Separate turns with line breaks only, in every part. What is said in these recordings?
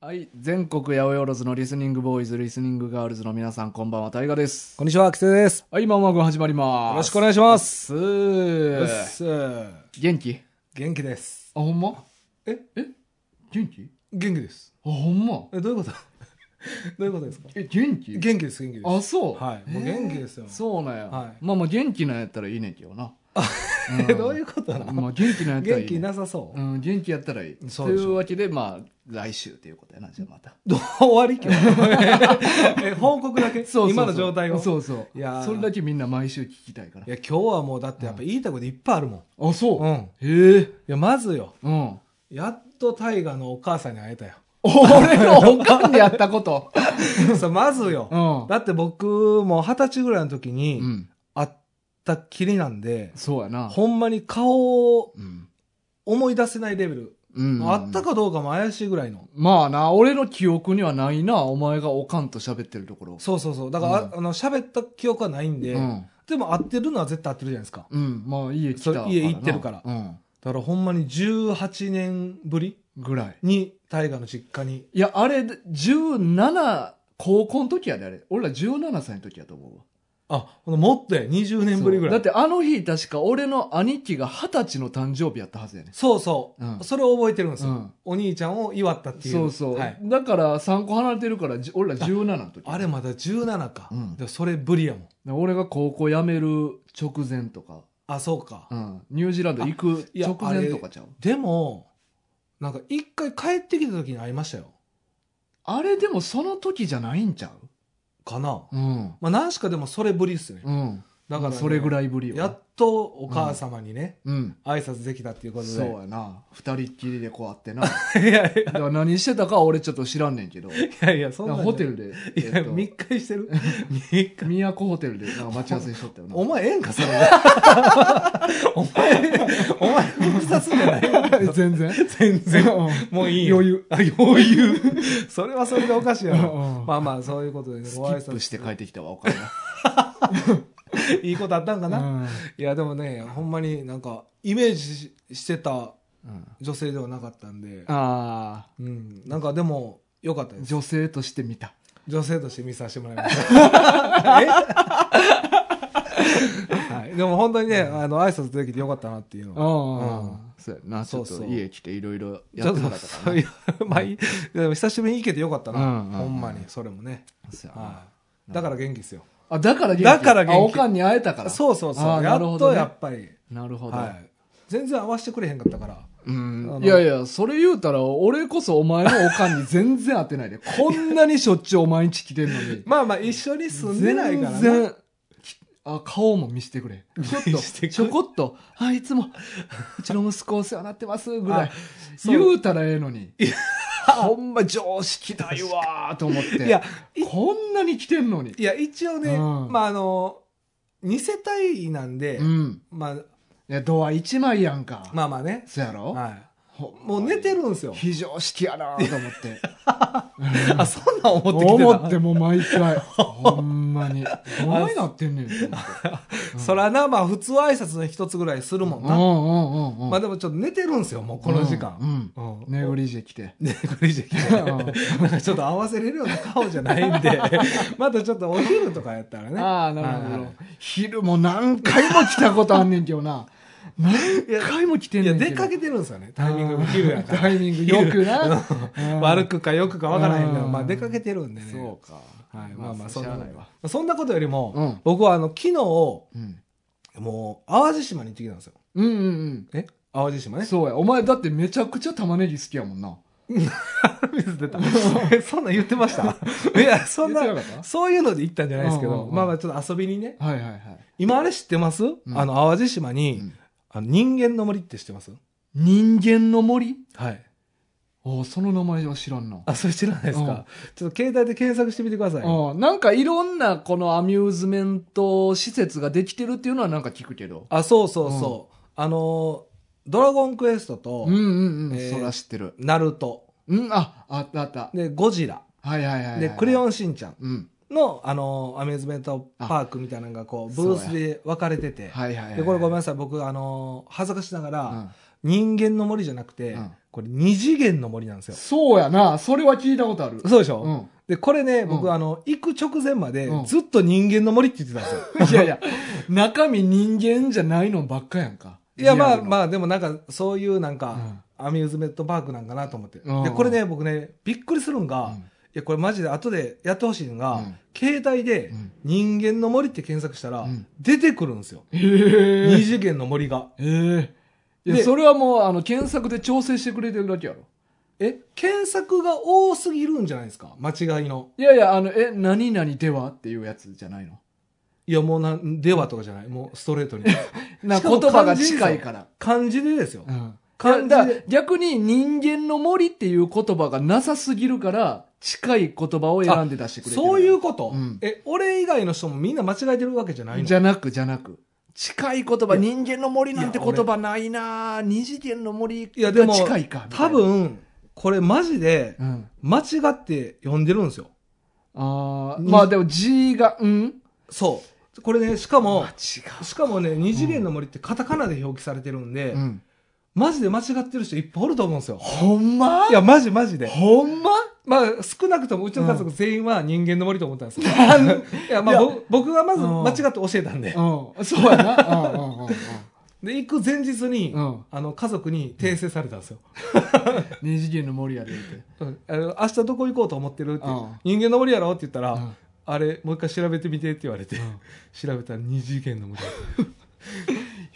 はい、全国八百万のリスニングボーイズ、リスニングガールズの皆さん、こんばんは、大河です。
こんにちは、キセです。
はい、マンマグ始まります。
よろしくお願いします。
す
うっす
元気
元気です。
あ、ほんま
え
え元気
元気です。
あ、ほんま
え、どういうこと どういうことですか
え、元気
元気です、元気です。
あ、そう
はいもう元気ですよ
えーそうなんや。
はい
まあまあ、元気なんやったらいいねんけど な。
え、どういうことなの、
まあ、元気なんやったらいい、ね。
元気なさそう。
うん、元気やったらいい。
そ
と
う
い
でしょ
うわけで、まあ、来週ということやな、じゃあまた。
どう終わり今 日え、報告だけ
そうそうそう
今の状態を。
そうそう。
いやー
それだけみんな毎週聞きたいから
い。や、今日はもうだってやっぱ言いたいこといっぱいあるもん。
あ、そう。
うん。い
へえ。
や、まずよ。
うん。
やっと大河のお母さんに会えたよ。
俺のお かんでやったこと。
さ、まずよ。
うん
だって僕も二十歳ぐらいの時
う
に
ん。
会ったきりなんで、
そうやな。
ほんまに顔を
うん。
思い出せないレベル、
うん。
あったかどうかも怪しいぐらいの
まあな、俺の記憶にはないな、お前がおかんと喋ってるところ。
そうそうそうだから、ああの喋った記憶はないんで、
うん。
でも合ってるのは絶対合ってるじゃないですか
うん。まあ家来たから
そ
な。
う家行ってるから
うん。
だからほんまに18年ぶり
ぐらい。
に大河の実家に
いや、あれ、17、高校の時やで、あれ。俺ら17歳の時やと思うわ。
あほんともっとや20年ぶりぐ
そう
らい
だってあの日、確か俺の兄貴が二十歳の誕生日やったはずやね。
そうそう、
うん
それを覚えてるんですよ、
うん
お兄ちゃんを祝ったっていう
そうそう。
はい、
だから3個離れてるから、じ俺ら17の時。
あれまだ17か、
うん
でそれぶりやもん
で俺が高校辞める直前とか、
あそうか、
うん、ニュージーランド行く
いや
直前とかちゃう
でもなんか一回帰ってきた時に会いましたよ
あれでもその時じゃないんちゃ
かな、
ううん、
まあ、何しかでもそれぶりっすね。
うん、
だからね、
それぐらいぶりよ
やっとお母様にね、
うん
挨拶できたっていうことで。
そうやな二人っきりでこうあってなだか
いやいや
ら何してたかは俺ちょっと知らんねんけ ど
いやいや、そんなんじゃ
ホテルで、
いや、
えっと
密会して る。密会。
都ホテルでなんか待ち合わせしとったよな
お前ええんか、そ れ。お前、お前、複雑じゃない
全然
全然。 もういいよ。
余
裕。あ、余裕。それはそれでおかしいやろ。
うん
まあまあ、そういうことでね、
スキ
ご
ッ
挨拶
プして帰ってきたわお金が
いいことあったんかな。
うん
いや、でもね、ほんまになんか、イメージししてた
うん
女性ではなかったんで。
ああ
うん、なんかでも良かったです
女性として見た
女性として見させてもらい ました、え はい、でも本当にね、あの挨拶できて良かったなっていうのは
ああそうやなち
そ
ょ
う
っ
そう
と家来ていろいろ
ち
やっ
ょってと
もらったからな
そういうまあいいでも久しぶりに行けて良かったな、
うんうんうん
ほんまにそれもね、
そうやな
はい、だから元気ですよ
あ、だから元気。
だから元気
あ、おかんに会えたから。
そうそうそ
あー
うや
なる
っ
ほ
と
どね
やっぱり、
なるほど。
はい、全然合わせてくれへんかったから
うん
あ。の
いやいや、それ言うたら、俺こそお前のおかんに全然会って ないで。こんなにしょっちゅうお前んち来てんのに。
まあまあ一緒に住んでないからな
全然。あ、顔も見せてくれ。ちょっ
見せてく
と、ちょ
れ
こっと、あ、いつも、うちの息子お世話になってます、ぐらい
あ。そう
言うたらええのに。ほんま常識ないわーと思って。
いや
こんなに来てんのに
い。や一応ね、
うん
まああの2世帯なんで、
うん。
まあ
いや、ドア一枚やんか。
まあまあね、
そやろ
は
ほんま
い、
に
もう寝てるんですよ
非常識やなと思って。
あそんなん思ってきてた
思ってもう毎回。ほんま に。どないなってんねんって思って。
そらなまあ普通挨拶の一つぐらいするもん
うんう
な、
んうんうん。
まあでもちょっと寝てるんですよもうこの時間、
うん。
うん
ネグリジェ来て。
ねこれじゃなんかちょっと合わせれるような顔じゃないん でまたちょっとお昼とかやったらね
ああ、なるほ
は
ど。昼も何回も来たことあんねんけどな。何
や
回も来てん
い
ね
や
んけど。
出かけてるんですよねタイミングが昼やから
タイミングよくな
う。ん
く。
悪くかよくかわからへんけど
うん
まあ出かけてるんでね
そうか。
はい、まあまあそん
しゃ
な
あないわ。
そんなことよりも、
うん
僕はあの昨日も
うん。
う淡路島に行ってきたんですよ
うんうん
え淡路島
うん。
ね
そうや。お前だってめちゃくちゃ玉ねぎ好きやもんな。
水出た。えそんなん言ってました いや、そんな
言ってなかっ、た
そういうので行ったんじゃないですけ
うんうん
ど、
うん
まあまあちょっと遊びにね。
はいはいはい。
今あれ知ってます
ん
あの、淡路島
う
に
ん、
あの人間の森って知ってます
人間の森
はい。
おその名前は知らんな。
あ、それ知らないです
うん
かちょっと携帯で検索してみてください。
うん、なんかいろんなこのアミューズメント施設ができてるっていうのはなんか聞くけど。
あ、そうそうそう。あのー、ドラゴンクエストと
うん、うんうん。
えー
そら知ってる。
ナルト、
うん、あ、あったあった。
で、ゴジラ、
はいはいはいはい。
で、クレヨ
ン。
ンしんちゃん
うん。
の、あのー、アミューズメントパークみたいなのがこう、ブ
そうや
ースで分かれてて、
はいはいはい。
で、これごめん
ん。
なさい、僕、あのー、恥ずかしながら、人間の森じゃなくて、
うん
これ二次元の森なんですよ。
そうやな。それは聞いたことある。
そうでしょ、
うん。
で、これね、
う
僕、
ん
あの、行く直前まで
うん、
ずっと人間の森って言ってたんですよ。
いやいや、中身人間じゃないのばっかやんか。
いや、まあ
あ。
まあ、でもなんか、そういうなんか、アミューズメントパークなんかなと思って。
うん
で、これね、僕ね、びっくりするんが、
うん
いや、これマジで後でやってほしいのが、
うん
携帯で
うん、
人間の森って検索したら、
うん
出てくるんですよ。
へ
二
え。
次元の森が。
ええ。い
で
や、それはもう、あの、検索で調整してくれてるだけやろ。
え、検索が多すぎるんじゃないですか間違いの。
いやいや、あの、え、何々ではっていうやつじゃないの
いや、もうなん、ではとかじゃない。もうストレートに。
な
しかも
言葉が近いから。
漢字でですよ。
うん。
漢字
いやだ
で
から逆に人間の森っていう言葉がなさすぎるから、近い言葉を選んで出してくれてる。
そういうこと、
うん
え、俺以外の人もみんな間違えてるわけじゃないの
じゃなく、じゃなく。近い言葉、
いや
人間の森なんて言葉ないなぁ二次元の森
いやでも
が近いか。みたい
多
な、
分、これマジで、
うん。
間違って読んでるんですよ。
あーまあでも G が、うん
そう。これね、しかも
間、違
しかもね、二次元の森ってカタカナで表記されてるんで、
う。うん。
マジで間違ってる人いっぱいおると思うんですよ。
ほんま
いや、マジマジで。
ほんま
まあ、少なくともうちの家族全員は人間の森と思ったんです よ。
なん
いや、まあ、
いや
ぼ僕がまず
うん
間違って教えたんで。
うん。そうやな。うんうんうん
で、行く前日に、
うんうん。
あの、家族に訂正されたんですよ。
二次元の森やでって。
うんあの明日どこ行こうと思ってるって、
うん
人間の森やろって言ったら、
うん
あれ、もう一回調べてみてって言われて、
うん
調べたら二次元の森。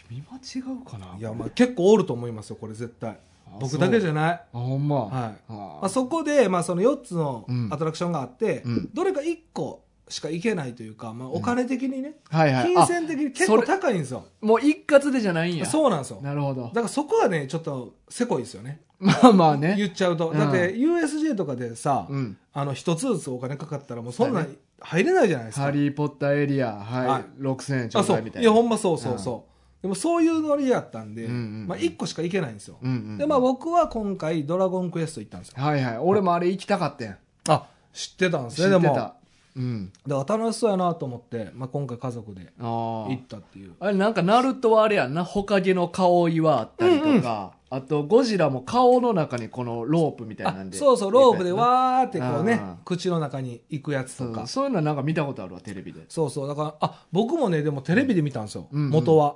見間違うかない
や、まあ結構おると思いますよ、これ絶対。僕だけじ
ゃ
ゃない。
あ、ほんま。
はい
あー
まあ、そこで、まあ、その4つの
うん
アトラクションがあって、
うん
どれか1個しか行けないというか、まあ、お金的にね、
はいはい。
金銭的に結構
それ
高いんですよ。
あもう一括でじゃないんや。
そうなんですよ。だ
なるほど。
からそこはね、ちょっとせこいですよね。
まあ まあね。
言っちゃうと。
うん
だって、USJ とかでさ、
うん。
あの、一つずつお金かかったら、もうそんな
そうだ
ん入れないじゃないですか。
ハリー・ポッターエリア、
は
はいい、6000円ちょ
あ
う
そ
だ
う
いみたい
い
な。
やほんまそうそうそう、でもそういうノリやったんで、
うんうんうん
まあ、1個しか行けないんですよ、
うんうん
でまあ僕は今回「ドラゴンクエスト」行ったんですよ
はいはい。俺もあれ行きたかったやん。
あ知ってたんで
知
す
っ
ね
て
でも
た。うん。
だから楽しそうやなと思って、まあ、今回家族で
あ
行
あ。
ったっていう
あれなんか、ナルトはあれやんな、ほかげの顔岩あったりとか、
うんうん
あと、ゴジラも顔の中にこのロープみたいな
あ
んで。
そうそうロープでわーってこうね
あー
口の中に行くやつ
そ
と
う
か
そういうのはなんか見たことあるわ、テレビで。
そうそうだからあ僕もねでもテレビで見たんですよ、
うんうん
元は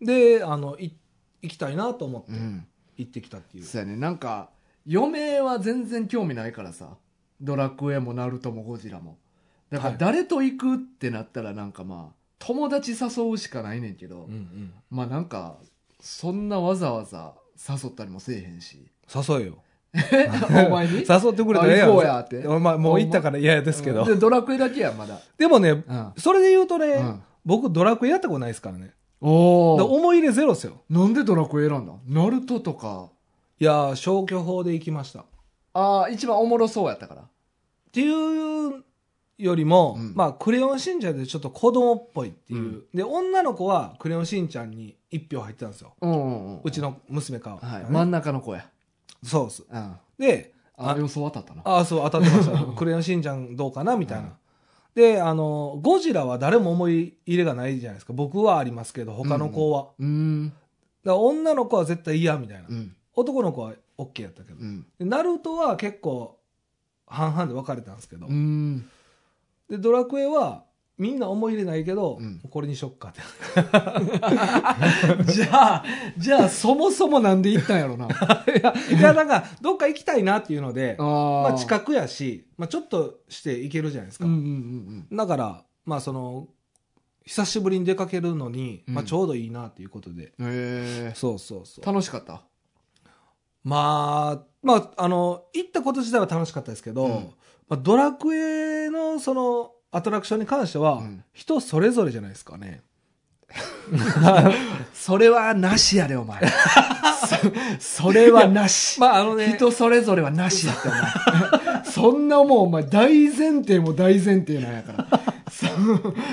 であのい行きたいなと思って
うん。
行ってきたっていう、
そうやね。なんか、余命は全然興味ないからさ。ドラクエもナルトもゴジラも。だか
は
ら
い
誰と行くってなったらなんかまあ、友達誘うしかないねんけど、
うんうん、
まあなんか、そんなわざわざ誘ったりもせえへんし。
誘えよ
え お前に
誘ってくれたらええ や
あ行
ん
こうやって
お前もう行ったから嫌ですけど、
で、ドラクエだけやん、まだ。
でもね
うん。
それで言うとね、
うん
僕ドラクエやったことないですからねだから
おお。
思い入れゼロですよ
なんでドラクエ選んだナルトとか。
いやー消去法で行きましたっ
ああ、一番おもろそうやったから。
ていうよりも、
うん
まあクレヨンしんちゃんでちょっと子供っぽいっていう、
うん
で女の子はクレヨンしんちゃんに1票入ってたんですよ
うんうんうん。
うちの娘か、
はい。
ね
真ん中の子や。
そうっす
うん。あ
であ
予想当たったな。
ああそう当たってました クレヨンしんちゃんどうかなみたいな、であのゴジラは誰も思い入れがないじゃないですか僕はありますけど他の子は、
うーん。
だから女の子は絶対嫌みたいな、
うん。
男の子は OK やったけど、
うん。
でナルトは結構半々で分かれたんですけど、
うん。
でドラクエはみんな思い入れないけど、
うん
これにしよっかって
じゃあ、じゃあ、そもそもなんで行ったんやろ な。あ
いやいやなんかどっか行きたいなっていうので
あ
まあ、近
く。
くやし、まあ、ちょっとして行けるじゃないです
う
か、
んうんうん
だからまあその久しぶりに出かけるのに、
うん
まあ、ちょうどいいなっていうことで、
うん。へえ。
そうそうそう
楽しかった。
まあ、まあ、あの、行ったこと自体は楽しかったですけど、
うん
まあ、ドラクエのその、アトラクションに関しては、
うん
人それぞれじゃないですかね。
それはなしやで、お前。 そそれはな し。
まあ、あのね、
人それぞれはなしやって、お前。 そんなもう、お前、大前提も大前提なんやから。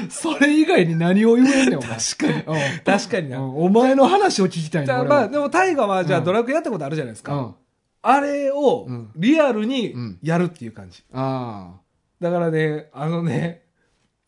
そそれ以外に何を言えんねん、お前。確かに。
確かに
う
な。
んお前の話を聞きたい
じゃ
な
あ
俺
まあ、
は
でも、大河は、じゃあ、
うん
ドラクエやったことあるじゃないですか。
うん。
あれを
うん、
リアルに
うん
やるっていう感じ。
あ
だからね、あのね、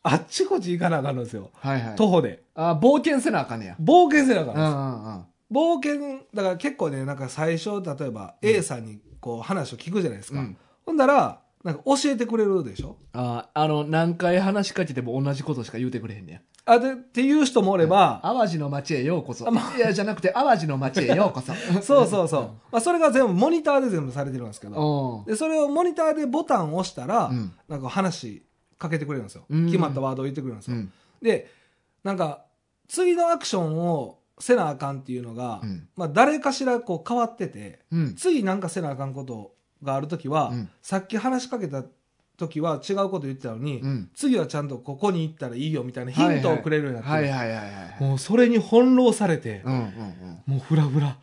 あっちこっち行かなあかんのですよ。
あ。はいはい。
徒歩で。
あー冒険せなあかんねや。
冒険せなあかん
うん
の
う
で
んうん。
す冒険だから結構ねなんか最初例えば A さんにこう話を聞くじゃないですか、
うん
ほんだらなんか教えてくれるでしょ
ああの何回話しかけても同じことしか言うてくれへんねや
あでっていう人もおれば、
淡路の町へようこそ、いやじゃなくて淡路の町へようこ そ
そうそうそう、まあ、それが全部モニターで全部されてるんですけど
う
でそれをモニターでボタンを押したら、
んうん
なんか話かけてくれるんですよ、
うん
決まったワードを言ってくれるんです
う
よ、
ん
でなんか次のアクションをせなあかんっていうのが、
うん
まあ、誰かしらこう変わってて
うん
次なんかせなあかんことがある時は、
うん
さっき話しかけた時は違うこと言ってたのに、
うん
次はちゃんとここに行ったらいいよみたいなヒントをくれるようになってる、
はいはいはいはい
もうそれに翻弄されて、
うんうんうん
もうフラ フラ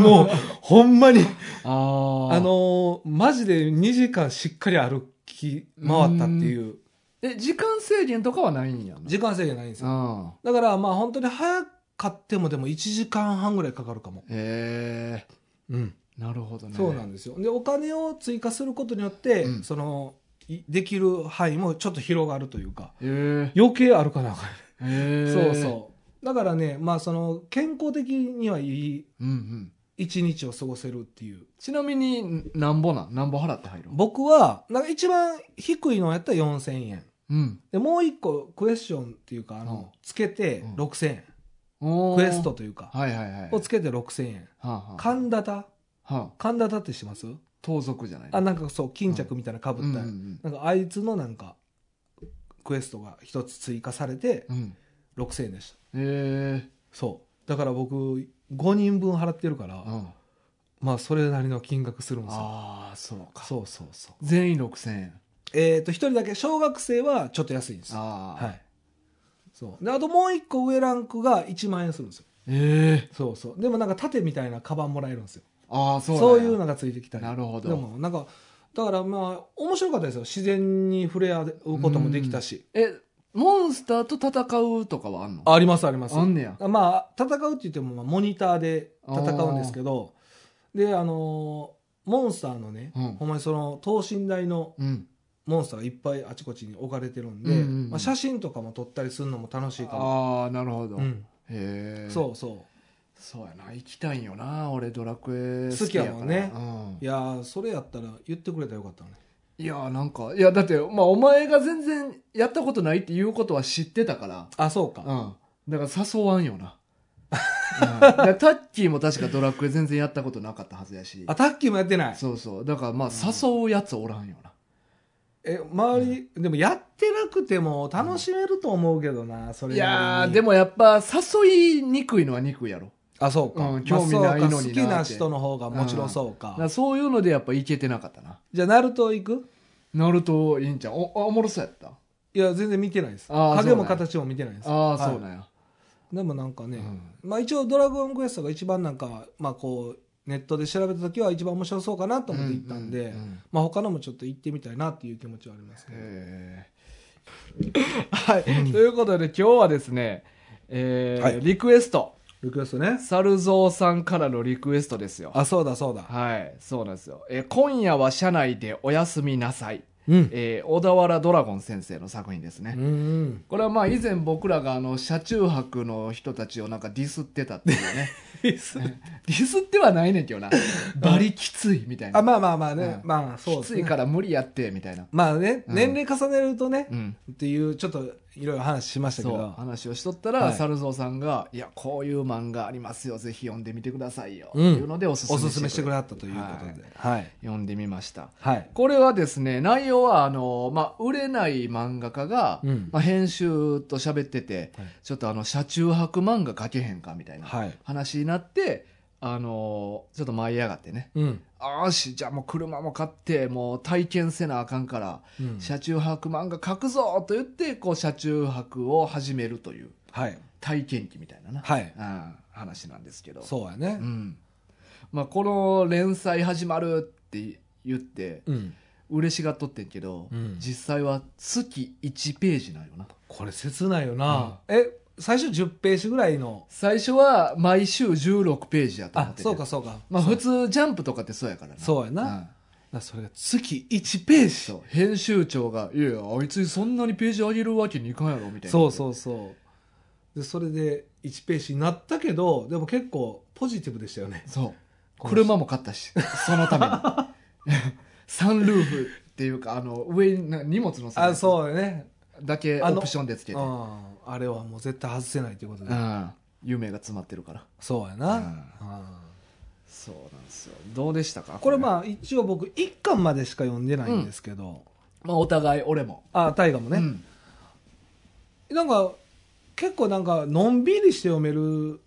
もうほんまに
あー
あのーマジで2時間しっかり歩き回ったっていう
え時間制限とかはないんやな
時間制限ないんですよ
うん
だからまあ本当に早かってもでも1時間半ぐらいかかるかも、
へえ
うん、
なるほどね
そうなんですよでお金を追加することによって、
うん
そのいできる範囲もちょっと広がるというか
へえ
余計あるかなあかん
へえ
そうそうだからねまあその健康的にはいい
うんうん
一日を過ごせるっていう
ちなみになんぼなんなんぼ払って入る
僕はなんか一番低いのやったら4000円
うん
でもう一個クエスチョンっていうかあの、
うん
つけて
うん
6000円、
おー
クエストというか、
はいはいはい
をつけて6000円
はあはあ
神田田
はあ
神田田ってします
盗賊じゃない
あなんかそう巾着みたいなかぶ
う
っ
んう
た、
ん
なんかあいつのなんかクエストが一つ追加されて
うんうん
6000円でした
へえ
そうだから僕5人分払ってるから、
うん
まあそれなりの金額するんですよ
ああそうか
そうそうそう
全員6000円
えっ、と一人だけ小学生はちょっと安いんですよ
ああ
はいそうであともう一個上ランクが1万円するんですよ
ええ
そうそうでもなんか盾みたいなカバンもらえるんですよ
ああそ
そう
な
う
んや
いうのがついてきたり
なるほど
でもなんかだからまあ面白かったですよ自然に触れ合うこともできたし
えモンスターと戦うとかはあんの
ありますあります
あんねや
まあ戦うって言ってもまあモニターで戦うんですけどであのーモンスターのね、
うん
ほんまにその等身大の
うん
モンスターがいっぱいあちこちに置かれてるんで、
うんうんうん
まあ、写真とかも撮ったりするのも楽しいかも、
ああなるほど、
う
へ
ん、
え
そうそ
そうやな行きたいんよな俺ドラクエ
好きやもんね
好きやからうん
ういやーそれやったら言ってくれたらよかったのね
いやなんかいやだってまあお前が全然やったことないっていうことは知ってたから
あそうか、
うんだから誘わんよな、うん、だからタッキーも確かドラクエ全然やったことなかったはずやし
あタッキーもやってない
そうそうだからまあ誘うやつおらんよな、
え周り、でもやってなくても楽しめると思うけどな、それ
いや
な
ー
りに
でもやっぱ誘いにくいのは憎いやろ
あそうか、
うん興味ないのにな
まあそうか好きな
って
人の方がもちろんそうか
だ、からそういうのでやっぱいけてなかったな
じゃあナルト行く
ナルトいいんちゃんおあおもろそうやった
いや全然見てないです
あー
影
そうな
も
んや
形も見てないです
ああ
はい
そうなんや、
でもなんかね、
うん
まあ、一応「ドラゴンクエスト」が一番なんか、まあ、こうネットで調べた時は一番面白そうかなと思って行ったん
う
で、
うん
まあ、他のもちょっと行ってみたいなっていう気持ちはありますね
へーはい、ということで今日はですね、えー
はい
リクエスト
リクエストね
猿蔵さんからのリクエストですよ
あそうだそうだ
はいそうなんですよ、えー今夜は車内でおやすみなさい」
うん
えー小田原ドラゴン先生の作品ですね、
うん
これはまあ以前僕らがあの車中泊の人たちをなんかディスってたっていう ねディスってはないねんけどなバリきついみたいな
あまあまあまあね、
うん
まあそう
き
です
つい
ね
から無理やってみたいな、
まあね、
うん
年齢重ねるとね、
うん、
っていうちょっといろいろ話しましたけ
そう
ど
話をしとったら、
はい
猿蔵さんが「いやこういう漫画ありますよぜひ読んでみてくださいよ」
うん
っていうのでおすす
お
め
すすめしてくれ
れ
はったということではい
読んでみました
はい、
これはですね内容はあの、まあ、売れない漫画家が、
うん
まあ、編集と喋ってて、
はい
ちょっとあの車中泊漫画描けへんかみたいな
はい
話になって、あのちょっと舞い上がってね
うん
「よしじゃあもう車も買ってもう体験せなあかんから
うん
車中泊漫画描くぞ!」と言ってこう車中泊を始めるという
はい
体験記みたいなな、
はい
うん話なんですけど
そうやね
うんまあ、この連載始まるって言って
うん
嬉しがっとってんけど、
うん
実際は月1ページなんよな
これ切ないよな、え最初10ページぐらいの
最初は毎週16ページやと思
あ
ってて
そうかそうか
まあ、
そう
普通ジャンプとかってそうやからな
そうやな、だか
ん
らそれが月1ページ
そ
そう
編集長が「いやいやあいつそんなにページ上げるわけにいかんやろ」みたいな
うそうそうでそれで1ページになったけどでも結構ポジティブでしたよね
そう
この人
車も買ったしそのためにサンルーフっていうかあの上にな荷物のさ
あそうよね
だけオプションでつけて、う
うん、あれはもう絶対外せないということで、
ん、夢が詰まってるから
そうやな、
う
うんん
そうなんですよどうでしたか
これまあ一応僕1巻までしか読んでないんですけど、
まあお互い俺も
あ大河もね、
うん
なんか結構なんかのんびりして読める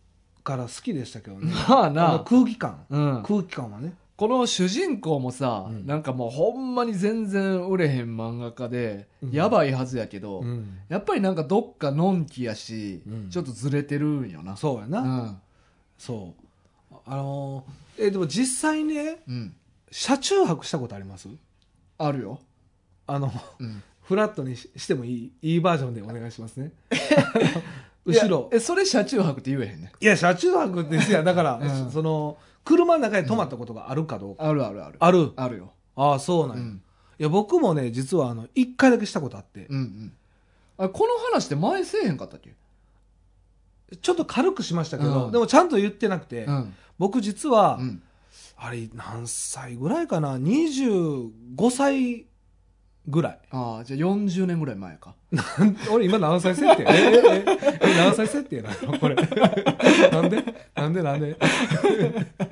から好きでしたけどね
まあ
あ の
な、
空気感、
うん、
空気感はね
この主人公もさ、
うん
なんかもうほんまに全然売れへん漫画家で、
うん
やばいはずやけど、
ん、
やっぱりなんかどっかのんきやし、
うん
ちょっとずれてるんよな
そうやな、
うん
そうああのーえでも実際ね
うん
車中泊したことあります
あるよ、
あの
うん、
フラットにししてもいいいいバージョンでお願いしま すね後ろ
いやえそれ車中泊って言えへんね
いや、車中泊ですや。だから、
うん
その、車の中に泊まったことがあるかどうか。
あるあるある
ある。
あるよ、
ああ、そうなん
う
や。い
ん
や、僕もね、実は、あの、一回だけしたことあって、
うんうんあこの話って前せえへんかったっけ、
ちょっと軽くしましたけど、
うん
でもちゃんと言ってなくて、
ん
僕実は、
うん、
あれ、何歳ぐらいかな ?25 歳ぐらい。
ああじゃあ40年ぐらい前か
俺今何歳設定 ええええ何歳設定なのこれ。 なんでなんでなんで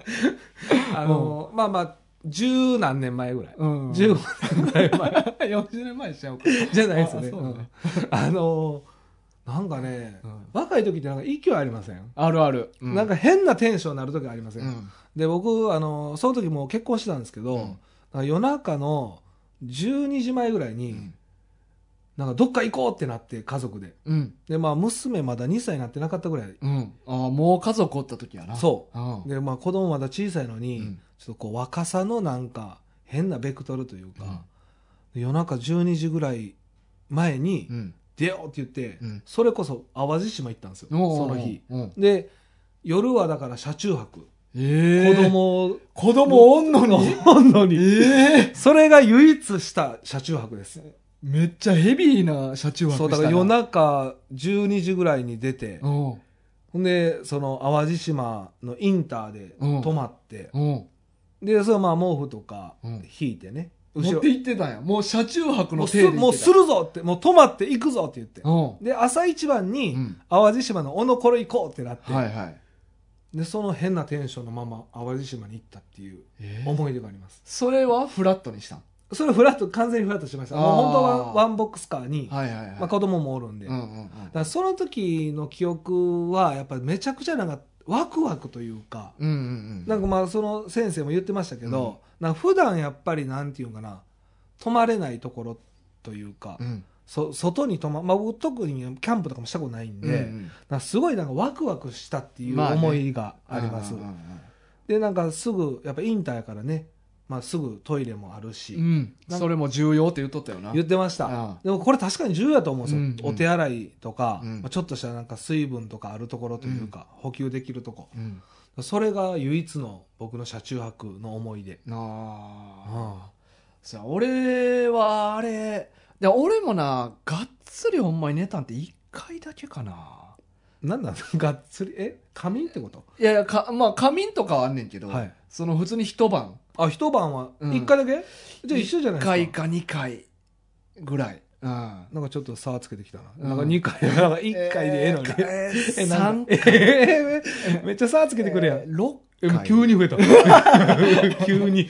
あの、まあまあ、十何年前ぐらい。
うん
15
40年前しちゃうか
じゃないですね。
あ
う
そうん
あのーなんかね、
うん
若い時ってなんか勢いありません、
あるある、う
なんか変なテンションになる時ありません、
うん
で僕、あのーその時もう結婚してたんですけど、
うん
なんか夜中の12時前ぐらいに、
うん
なんかどっか行こうってなって家族で
うん
で、まあ、娘まだ2歳になってなかったぐらい
うん、ああもう家族おった時やな、
そう
うん、
で、まあ、子供まだ小さいのに、
うん
ちょっとこう若さのなんか変なベクトルというか、夜中12時ぐらい前に
うん
出ようって言って、
うん
それこそ淡路島行ったんですよ、
おうおうおう
その日。
うん
で、夜はだから車中泊。
え
子
え
供を、
子供おんのに
おんのに。
ええ
それが唯一した車中泊です。
めっちゃヘビーな車中泊
そう、
した
だから
な
夜中12時ぐらいに出て、
うん
ほんで、その淡路島のインターで
うん
泊まって、
うん
で、それまあ毛布とか
うん
引いてね、
持って行ってたんやもう車中泊
も
の
う
手
す
で
もうするぞって、もう泊まって行くぞって言って。
うん
で、朝一番に
うん
淡路島の小野これ行こうってなって、
はいはい
でその変なテンションのまま淡路島に行ったっていう
ええ
思い出があります、
それはフラットにしたん
それフラット完全にフラットしましたもう
あー
本当はワンボックスカーに、
はいはいはい
まあ、子供もおるんで、
うんう
だ
んうん
からその時の記憶はやっぱりめちゃくちゃなんかワクワクというか、
うんうんうん
なんかまあその先生も言ってましたけど、なんか普段やっぱりなんていうんかな泊まれないところというか、
うん
そ外に泊ま、まあ、僕特にキャンプとかもしたことないんで、
うんう
なん
ん
かすごいなんかワクワクしたっていう
まあね
思いがあります、
うんうんうん
でなんかすぐやっぱインターやからね、まあ、すぐトイレもあるし、
うん
なんか
それも重要って言っとったよな
言ってました、
ああ
でもこれ確かに重要だと思うんですよ、
うんうん
お手洗いとか、
うん
まあ、ちょっとしたなんか水分とかあるところというか、補給できるとこ
うん
それが唯一の僕の車中泊の思い出、
なあ
あ
さあ俺はあれで俺もながっつりほんまに寝たんって一回だけかな
あなんだ がっつりえ仮眠ってこと
いやいやかまあ仮眠とかはあんねんけど、
はい
その普通に一晩
あ一晩は
うん
1回だけ、じゃあ一緒じゃな
1
い
回
ですか
か2回ぐらい、うん、
なんかちょっと差をつけてきたな。
うん
なんか2回、なんか1回でええのに。
えー
え、な
三
んかえ ーめっちゃ差をつけてくれやん。
6
え
回
急に増えた。 急に。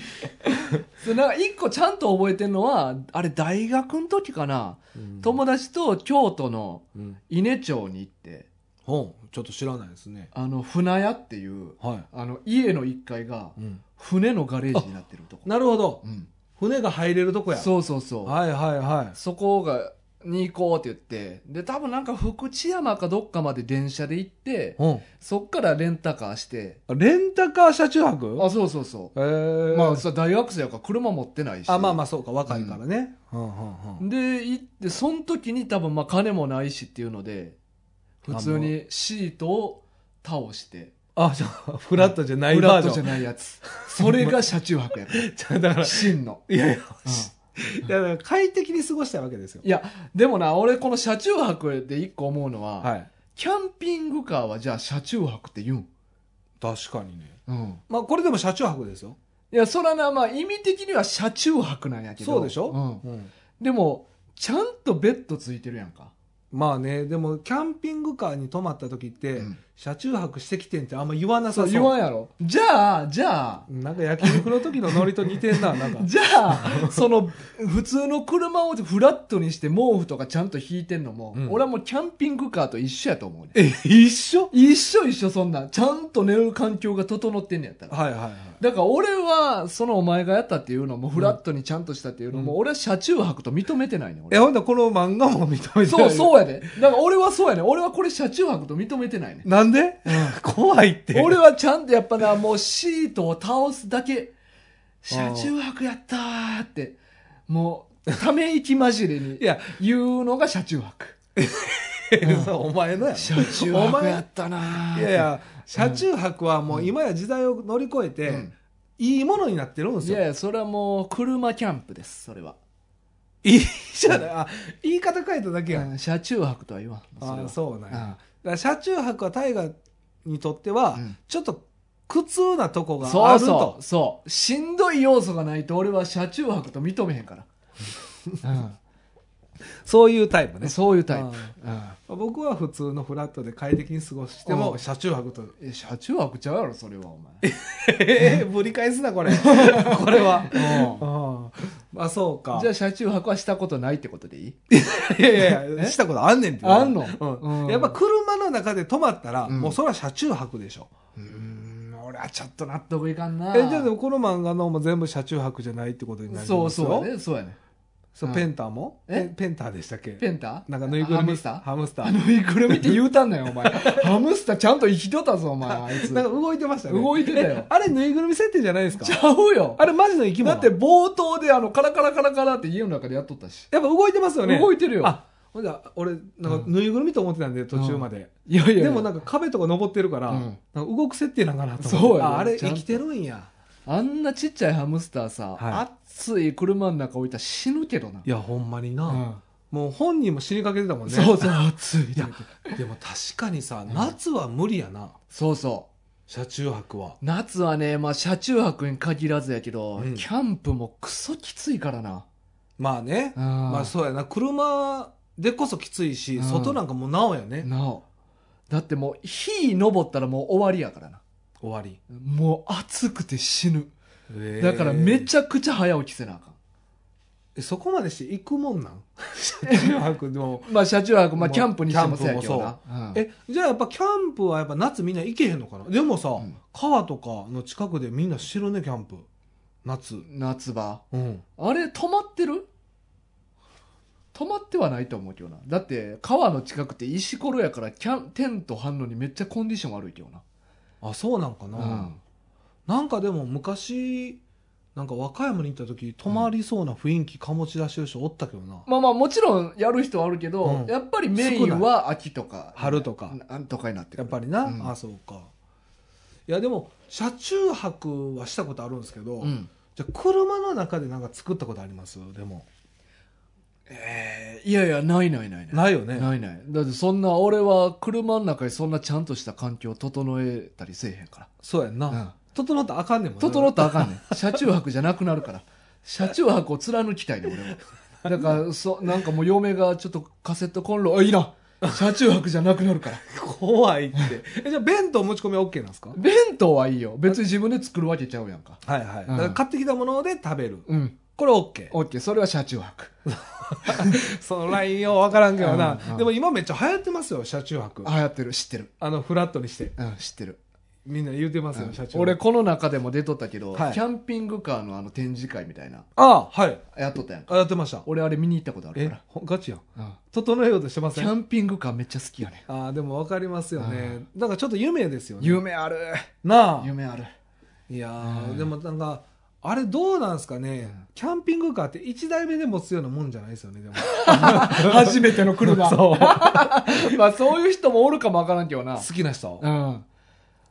そうなんか一個ちゃんと覚えてんのはあれ大学の時かな、友達と京都の
うん
伊根町に行って
ほん、ちょっと知らないですね。
あの船屋っていう
は
あの家の1階が
い。
船のガレージになってるとこ、
なるほど
う。ん、
船が入れるとこや。
そうそうそう、
はいはいはい。
そこがに行こうって言ってで多分なんか福知山かどっかまで電車で行って
ほん
そっからレンタカーして
レンタカー車中泊
あそうそうそう
えー
まあさ大学生やから車持ってないし
あ、まあまあそうか、若いからね。うんうんうん
で行ってその時に多分まあ金もないしっていうので普通にシートを倒して
あ、じゃあフラットじゃない
フ
バ
ラ
ー
ット
ジ
じゃ
ョン。
ないやつそれが車中泊やか
じゃあだからら、
真の、
いやいや、
うん
いやだから快適に過ごしたいわけですよ。
いやでもな俺この車中泊で一個思うのは、
はい。
キャンピングカーはじゃあ車中泊って言うん。
確かにね。
うん。
まあ、これでも車中泊ですよ。
いや、そらな、まあ意味的には車中泊なんやけど。
そうでしょ、
う
うん
ん。でも、ちゃんとベッドついてるやんか。
まあね、でも、キャンピングカーに泊まった時って、
うん
車中泊してきてんってあんま言わなさ
そ、
そうう。
言わんやろ。じゃあ、じゃあ、
なんか焼肉の時のノリと似てんな、なんか。
じゃ あ、その、普通の車をフラットにして毛布とかちゃんと引いてんのも、
うん
俺はもうキャンピングカーと一緒やと思うね。
え、一緒
一緒一緒そんなん。ちゃんと寝る環境が整ってんねやったら。
はいはいはい。
だから俺は、そのお前がやったっていうのも、フラットにちゃんとしたっていうのも、
う
俺は車中泊と認めてないねん、
え、
俺。
ほんだらこの漫画も認めてない
そう、そうやで。だから俺はそうやねん。俺はこれ車中泊と認めてないねん。
なんで、怖いって。
俺はちゃんとやっぱな、もうシートを倒すだけ、車中泊やったーって、もう、ため息混じりに
いや、
言うのが車中泊。
そうお前のやろ
車中
お
泊
前
やったなーっ
い
て
やいや、車中泊はもう今や時代を乗り越えて、
うん
いいものになってるんです
い
よ。
やいや、それはもう、車キャンプです、それは。
いいじゃない。あ、言い方変えただけやん。
うん車中泊とは言わん。それ
あ
は
そうなんや。だ
うん
から車中泊は大河にとっては、
うん
ちょっと苦痛なとこが
そ
あ
う
ると。
そうそうしんどい要素がないと俺は車中泊と認めへん から
そういうタイプ
うん
ね。
そういうタイプ
う
う
ん
ん
僕は普通のフラットで快適に過ごして
う
も
ん
車中泊と。
え車中泊ちゃうやろそれはお
ええぶり返すな、これ。これは。
前うん
うんあ、そうか。
じゃあ車中泊はしたことないってことでいい
いやいや、したことあんねんって。
あんの
うん
うん
やっぱ車の中で止まったら、
うん
もうそれは車中泊でしょ。
うん俺はちょっと納得いかんな
え、じゃあでもこの漫画のも全部車中泊じゃないってことになります
そ
よ。
うそうやねそうやね
そう
うん
ペンターも
え
ペンターでしたっけ
ペンタ
なんかぬいぐるみ。
ハムスター
ハムスタ
あ
ー。
のぬいぐるみって言うたんなよ お前ハムスターちゃんと生きとったぞお前あいつ
なんか動いてましたね。
動いてたよ
えあれぬいぐるみ設定じゃないですか
ちゃうよ
あれマジの生き
だ
物。
って冒頭であのカラカラカラカラって家の中でやっとったし
やっぱ動いてますよね。
動いてるよ
あ、ほんじゃ、俺、なんか
うん
ぬいぐるみと思ってたんで、途中まで。
いやいやいや
でもなんか壁とか登ってるから、
うん
なんか動く設定なんかなと思って。
そうやね
ああれ
ちゃん
生
と
きてるんや。
あんなちっちゃいハムスターさ、
は
暑い車の中置いたら死ぬけどな。
いや、ほんまに
う
な。
ん
もう本人も死にかけてたもんね。
そうそう、暑い。
いや、でも確かにさ、
ん
夏は無理やな。
そうそう。
車中泊は。
夏はね、まあ車中泊に限らずやけど、
うん
キャンプもクソきついからな。
まあね。ま
ま
あそうやな。車でこそきついし、
うん
外なんかもうなおやね。
なお。だってもう火登ったらもう終わりやからな。
終わり。
もう暑くて死ぬ。だからめ
ゃ。
ちゃくちゃ早起きせなあかん。
えそこまでして行くもんなん 車中泊でも。
まあ車中泊、まあ
まあ
キャンプにしてもそうやけどな
キ。
うん
え、じゃあやっぱキャンプはやっぱ夏みんな行けへんのかなでもさ、
うん
川とかの近くでみんな知るね、キャンプ。夏。
夏場。
うん。
あれ、止まってる止まってはないと思うけどな。だって、川の近くて石ころやから、キャン、テント張んのにめっちゃコンディション悪いけどな。
あ、そうなんかな。なんかでも昔なんか和歌山に行った時泊まりそうな雰囲気醸し出してる人おったけどな、
まあまあ、もちろんやる人はあるけど、
うん
やっぱりメインは秋とか。
春とか
なんとかになってく
やっ
る。
ぱりな、
うん
あそうかいやでも車中泊はしたことあるんですけど、
うん。
じゃあ車の中でなんか作ったことありますでも
えーいやいや、ないないないない。
ないよね
ないない。だってそんな、俺は車の中にそんなちゃんとした環境を整えたりせえへんか
そうやんな、
ら。うん。
整ったらあかんねんもんな
整ったらあかんねん。車中泊じゃなくなるから。車中泊を貫きたいねん、俺は。だから、そ、なんかもう嫁がちょっとカセットコンロ、あいいな。車中泊じゃなくなるから。
怖いってえじゃあ弁当持ち込みは OK なんですかはい
弁当はいいよ。別に自分で作るわけちゃうやんか。
はい、
ん
だから買ってきたもので食べる
うん。
これ OK
オッケー、それは車中泊。
そのラインよう分からんけどな、
うんうん
でも今めっちゃ流行ってますよ車中泊
流行ってる、知ってる。
あのフラットにして
うん、知ってる。
みんな言うてますよ、社長。
俺、、この中でも出とったけど、
はい
キャンピングカーのあの展示会みたいな、
ああはい。
やっとったやんか。
あ、やってました。
俺、あれ見に行ったことある
え
か、
ほガチやん。
ら。うん
整えようとしてませ
キャ
ん
ンピングカーめっちゃ好きやね
ああ、でも分かりますよね。なんかちょっと夢ですよ
ん。
ね。
夢ある。
なあ。
夢ある。
いや
う
ー、
ん
でもなんか、あれどうなんすかね
ん。
キャンピングカーって1台目で持つようなもんじゃないですよね、でも。
初めての 車。
そう。
まあそういう人もおるかもわからんけどな。
好きな人。
うん。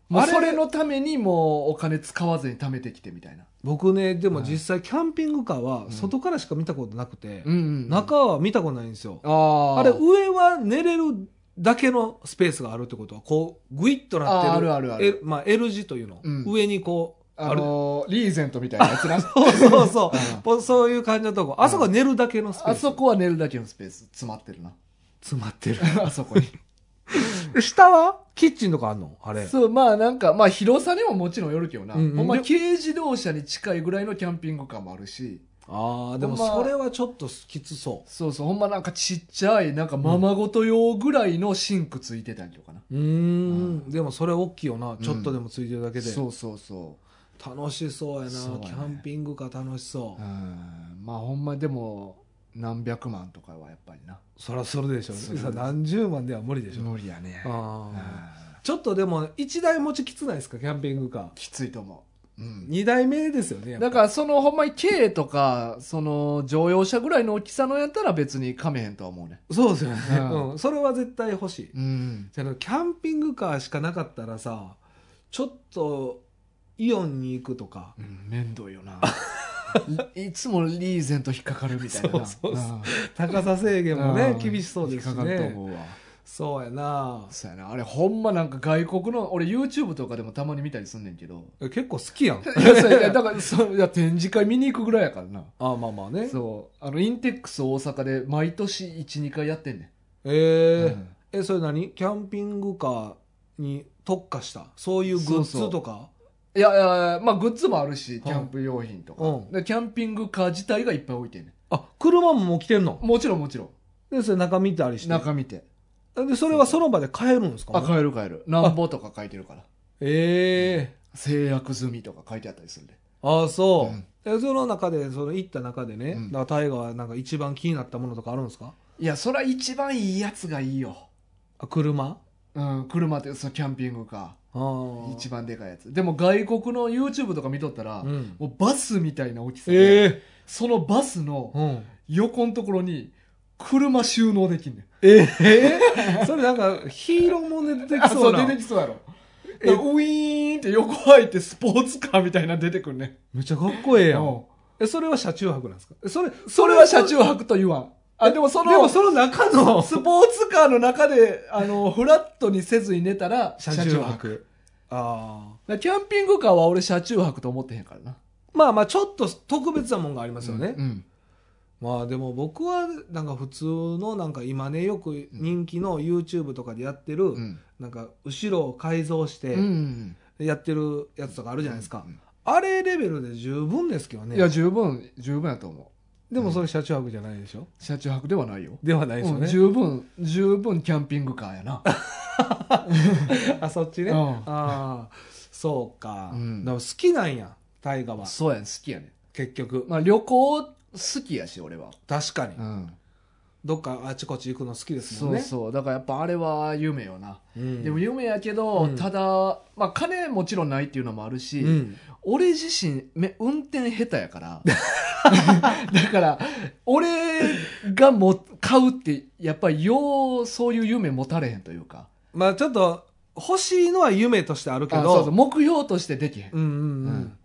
もう
あれ
それのためにもうお金使わずに貯めてきてみたいな。
僕ね、でも実際キャンピングカーは外からしか見たことなくて、
ん、うん。
中は見たことないんですよ。
ああ。
あれ上は寝れるだけのスペースがあるってことは、こう、ぐいっとなってる。
ああるあるある
L- まあ、L 字というの。
うん
上にこう、
あのーリーゼントみたいなやつ な。
そうそうそう
うん
ぽ。そういう感じのとこ。あそこは寝るだけのスペー
あ
ス。
そこは寝るだけのスペース詰まってる な。
詰まってる。
あそこに。
下はキッチンとかあんのあれ。
そう、まあなんか、まあ広さにももちろんよるけどな。
うんうん
ほんま軽自動車に近いぐらいのキャンピングカーもあるし、
ああ、でも
ほんま
それはちょっときつそ
そうそう、ほんまなんかちっちゃい、なんかままごと用ぐらいのシンクついてたりとかな。
う。うー
うん
ん。でもそれ大きいよな。ちょっとでもついてるだけで。
そうそうそ
楽しそうやな
そうやね
キャンピングカー楽しそう
う。うん。まあほんまでも、何百万とかはやっぱりな。
そりゃそれでしょ
そう
さ何十万では無理でしょ、
無理やね。
あー
うん
ちょっとでも一台持ちきつないですかキャンピングカ
きついと思う。うん
ー二台目ですよねやっぱ
だからそのほんまに軽とか、その乗用車ぐらいの大きさのやったら別にかめへんとは思うね。
そうですよね、
うん
うん、それは絶対欲しい
うん。
じゃあキャンピングカーしかなかったらさちょっとイオンに行くと か
うん、面倒いよない いつもリーゼント引っかかるみたいなな
そうそうそうん高さ制限もね
ん
厳しそうですし
引っかかると
ね
思うわ
そうやな
そうやなあれほんまなんか外国の俺 YouTube とかでもたまに見たりすんねんけ ど
え結構好きやん
いやそうやだからそういや展示会見に行くぐらいやからな
あまあまあね
そうあのインテックス大阪で毎年12回やってんね
え
ん、
ー
うん
えそれ何キャンピングカーに特化したそういうグッズとか
いやいやまあグッズもあるし
ん
キャンプ用品とか、
うん
でキャンピングカー自体がいっぱい置いてんねん
あ車ももう来てんの
もちろんもちろん
で、それ中見たりして。
中見て
で、それはその場で買えるんですか、
あ買える買えるなんぼとか書いてるから
ええ
制約済みとか書いてあったりするで
ああ、そう
うん。
えその中で、その行った中でね、
うん
だからタイガーはなんか一番気になったものとかあるんですか
いやそりゃ一番いいやつがいいよ、
あ車
うん、車ってそのキャンピングカ
ああ。
ー一番でかいやつでも外国の YouTube とか見とったら、
うん。
もうバスみたいな大きさで、
え
そのバス
え
の
うん。
横のところに車収納できんねん
ええ それなんか、ヒーローもんで出て
あ
きそ
そうう
な。
出てきそうやろだからウィーンって横入ってスポーツカーみたいなの出てくんねん
めっちゃかっこええや。
うんん
え、それは車中泊なんですかえそれ、
それは車中泊と言わんあでもそ
そ
の
でもその中の
スポーツカーの中であのフラットにせずに寝たら
車中泊。ああ。
だからキャンピングカーは俺車中泊と思ってへんからな。
まあまあ、ちょっと特別なもんがありますよね。
うん
まあでも僕はなんか普通のなんか今ねよく人気の YouTube とかでやってる
うん。
なんか後ろを改造して
うん。
やってるやつとかあるじゃないですか
うん。
あれレベルで十分ですけどね
いや、十分、十分やと思
でもそれ車中泊じゃないでしょ
う。車中泊ではないよ。
ではないですよ
うん
ね
十分、十分キャンピングカーやな。
あそっちね
うん
ああそうか
うん
だから好きなんや大河は
そうやん、好きやね。
結局
まあ旅行好きやし、俺は。
確かに
ん。
どっかあちこち行くの好きです
そ
もん
う
ね
そう。だからやっぱあれは夢よな。
うん
でも夢やけど、
うん
ただ、まあ金もちろんないっていうのもあるし、
うん
俺自身め運転下手やから だから俺がも買うってやっぱりようそういう夢持たれへんというか
まあちょっと欲しいのは夢としてあるけ
あ
ど
そうそう目標としてできへん、
うんうんうん、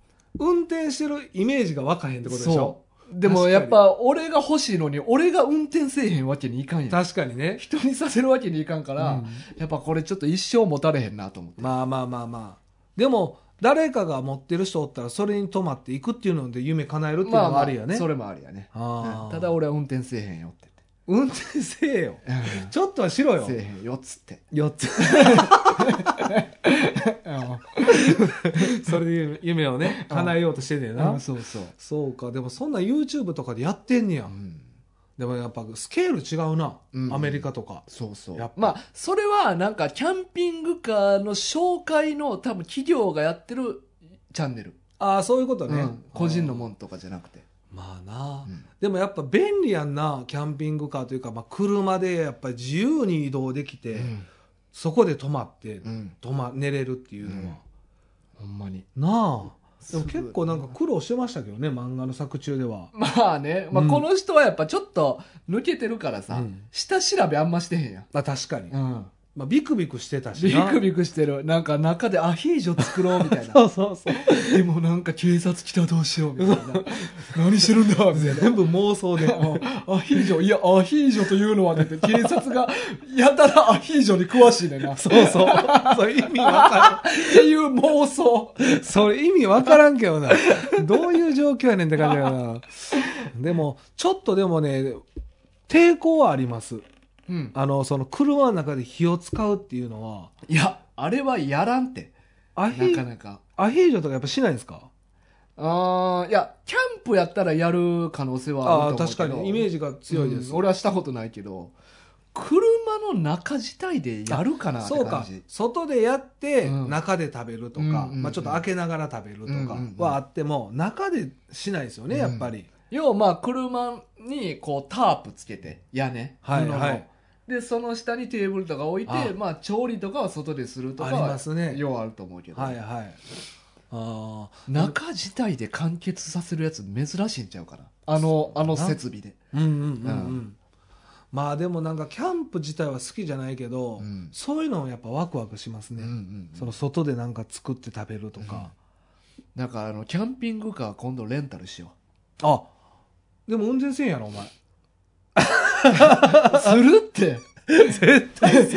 運転してるイメージが若へんってことでしょ
そうでも
確かに
やっぱ俺が欲しいのに俺が運転せえへんわけにいかんやん
確かにね、
人にさせるわけにいかんから、
うん
やっぱこれちょっと一生持たれへんなと思って、
まあまあまあまあでも誰かが持ってる人おったらそれに泊まっていくっていうので夢叶えるっていうのもあるよね、
それもあるよね
あ
うん
あ
ただ俺は運転せえへんよって
運転せえよ
言っ
ちょっとはしろ
て
よ
せえへんよっつって
4つ それで夢夢をね叶えようとしてんねんな、
うんそうそう、
そうかでもそんな YouTube とかでやってんねや、
うん
でもやっぱスケール違うな、
うん
アメリカとか
そうそう
やっぱ
まあそれはなんかキャンピングカーの紹介の多分企業がやってるチャンネル、
ああそういうことね、
うん個人のも
ん
んとかじゃなくて、
まあな、
うん
でもやっぱ便利やんなキャンピングカーというか、まあ、車でやっぱ自由に移動できて、そこで泊まって
うん
泊ま寝れるっていうのは、
ほんまに
なあでも
すごい
結構なんか苦労してましたけどね漫画の作中では
まあね、まあ、
うん
この人はやっぱちょっと抜けてるからさ、
うん
下調べあんましてへんやん、
まあ確かに、
ん
まあ、ビクビクしてたし
ビ
な
クビクしてる。なんか中でアヒージョ作ろうみたいな。
そうそうそう
でもなんか警察来たらどうしようみたいな。何してるんだみたいな。
全部妄想で
アヒージョ、いや、アヒージョというのはだって警察がやたらアヒージョに詳しいねんな。っ
そうそうそう意味わか
ていう妄想。
らんそれ意味わからんけどなどういう状況やねんって感じやなでもちょっとでもね抵抗はあります
うん。
あのその車の中で火を使うっていうのはい
や、あれはやらん って。
アヒ
なかなか。
アヒージョとかやっぱしないんですか
あーいや、キャンプやったらやる可能性はあ
ああ
ると思う
確
けど。
かにイメージが強いです、
うん俺はしたことないけど、車の中自体でやるかなって
そう
感
か
じ。
外でやって
うん
中で食べるとか、
うんうんうん
まあ、ちょっと開けながら食べると
うん
か
うんうん
はあっても中でしないですよね、
うん
やっぱり
要はまあ車にこうタープつけて屋根
はい
布の
はい
でその下にテーブルとか置いて
あ
まあ調理とかは外ですると
あ
か
り
は
ますね
要はあると思うけど、
はいはいああ
中自体で完結させるやつ珍しいんちゃうかなあのあの設備で
うんうんうんうん、
うん
まあでもなんかキャンプ自体は好きじゃないけど、
うん
そういうのもやっぱワクワクしますね、
うんうんうん
その外でなんか作って食べるとか、
なんかあのキャンピングカー今度レンタルしよ
あでも運転せんやろお前
う するって
絶対せん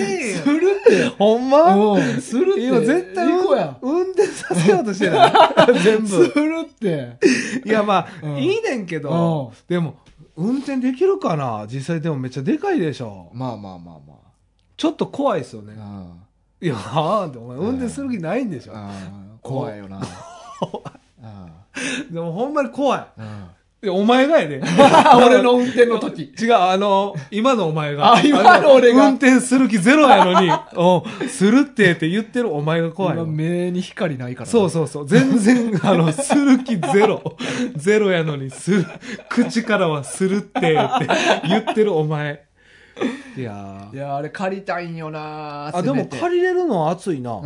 す
や
るって
ほんま
うんするって
今絶対
行こうや
運転させようとしてない 全
す
部
るって
いやまあ、
うん
いいねんけど、
うん
でも運転できるかな実際でもめっちゃでかいでしょ
まあまあまあま
ちょっと怖いですよね、
あ、うん
いやあーってお前運転する気ないんでしょ、
あー怖いよな
でもほんまに怖い
うんうん
いやお前が やで
俺の運転の時。
違うあの今のお前が
あ今の俺が
あ運転する気ゼロやのにおするってって言ってるお前が怖いわ
今目に光ないからな。
そうそうそう。全然、あの、する気ゼロ。 ゼロやのに、する、口からはするって、って言ってるお前。いや
いや、あれ借りたいんよな
あ、でも借りれるのは熱いな。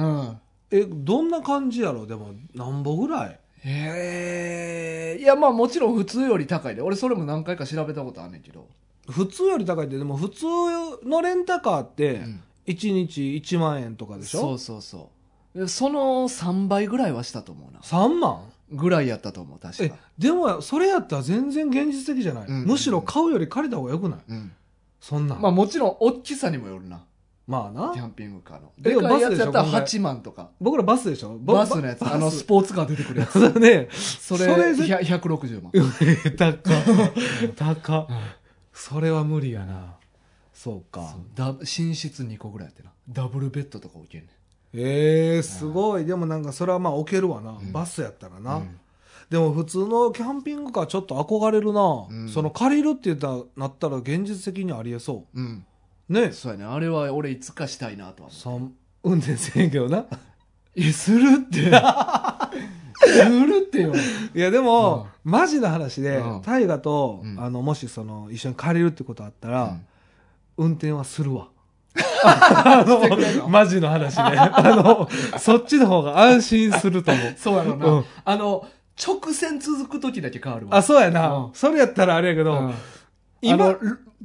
り。うん。
え、どんな感じやろでも、何歩ぐらい
へえ。いや、まあもちろん普通より高いで。俺それも何回か調べたことあんねんけど。
普通より高いって、でも普通のレンタカーって
うん、
1日1万円とかでし
そ
ょ、
うそうそうで。その3倍ぐらいはしたと思うな。
?3 万
ぐらいやったと思う、確
え
か。、
でも、それやったら全然現実的じゃない、
うんうんうん
むしろ買うより借りた方がよくない
うん。
そんなん。
まあもちろん大きさにもよるな。
まあな
キ。ャンピングカーの。
え
でかいやつやったら
バスでしょこんぐらい
8万とか。
僕らバスでしょば
バスのやつ。
バ
あの、
ス
スポーツカー出てくるやつ。
そうね。
そ
それ
れ、
絶
ひゃ160万。
高。 高。それは無理やな。そうか
そう。ダブ寝室2個ぐらいやってなダブルベッドとか置けんね
えー、すごい。でもなんかそれはまあ置けるわな。
ん
バスやったら
ん
な。でも普通のキャンピングカーちょっと憧れるな。
うん
その借りるって言ったらなったら現実的にありえそ
うん
う。ね。
そうやねあれは俺いつかしたいなとは思
三運転せえへんけどな。
うえするってするってよ
いやでも、マジな話で
うん、
大河と、
うん
あの、もしその、一緒に借りるってことあったら、運転は するわ。あ
してくれん
の、
の
マジ の話ね。あの、そっちの方が安心すると思う。
そうや ろな、
うん
あの直線続く時だけ変わるわ
あ、そうやな。
うん
それやったらあれやけど、
うんあ
今
の、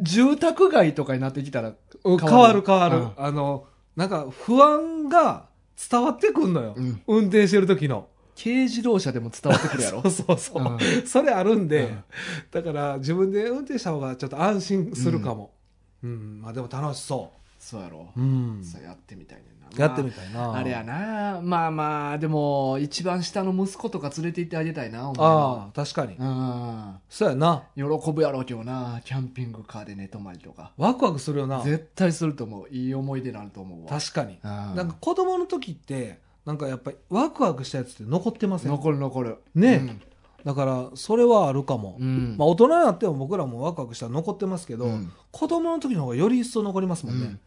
住宅街とかになってきたら
うん変わる変わる。
うん
あの、なんか不安が伝わってくんのよ。
うん
運転してる時の。
軽自動車でも伝わってくるやろ
そうそうそう。
う
それあるんで、
うん
だから自分で運転した方がちょっと安心するかも。うん、まあでも楽しそ
そうやろ
う。うん。
そうやってみたいねんな
やってみたいな。
あれやなまあまあでも一番下の息子とか連れて行ってあげたいなお前は
ああ、確かに。
うん
そうやな。
喜ぶやろうけどなキャンピングカーで寝泊まりとか
ワクワクするよな。
絶対すると思ういい思い出になると思うわ
確かに。
うん
なんか子供の時ってなんかやっぱりワクワクしたやつって残ってません
残る残る
ねだからそれはあるかも、
うん
まあ、大人になっても僕らもワクワクしたら残ってますけど、
うん
子供の時の方がより一層残りますもんね、
うん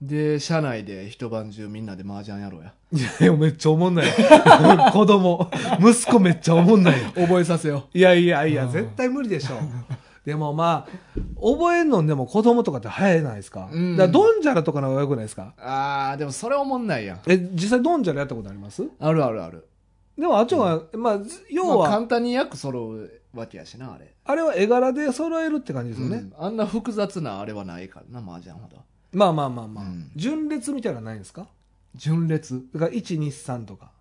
で車内で一晩中みんなで麻雀や ろうや
いやいやめっちゃおもんない 子供息子めっちゃおもんないよ
覚えさせよ
いやいやいや
うん
絶対無理でしょでもまあ覚えんのんでも子供とかって早いないですか,、
うん
だからドンジャラとかの方がよくないですか
うあーでもそれおもんないやん
え実際ドンジャラやったことあります
あるあるある
でもあっちの方が、まあず要
ま
は、
あ簡単に役揃うわけやしなあれ
あれは絵柄で揃えるって感じですよね、
うんあんな複雑なあれはないからな麻雀ほど
まあまあまあまあ、
うん
純烈みたいなのないんですか
純烈
だから123とか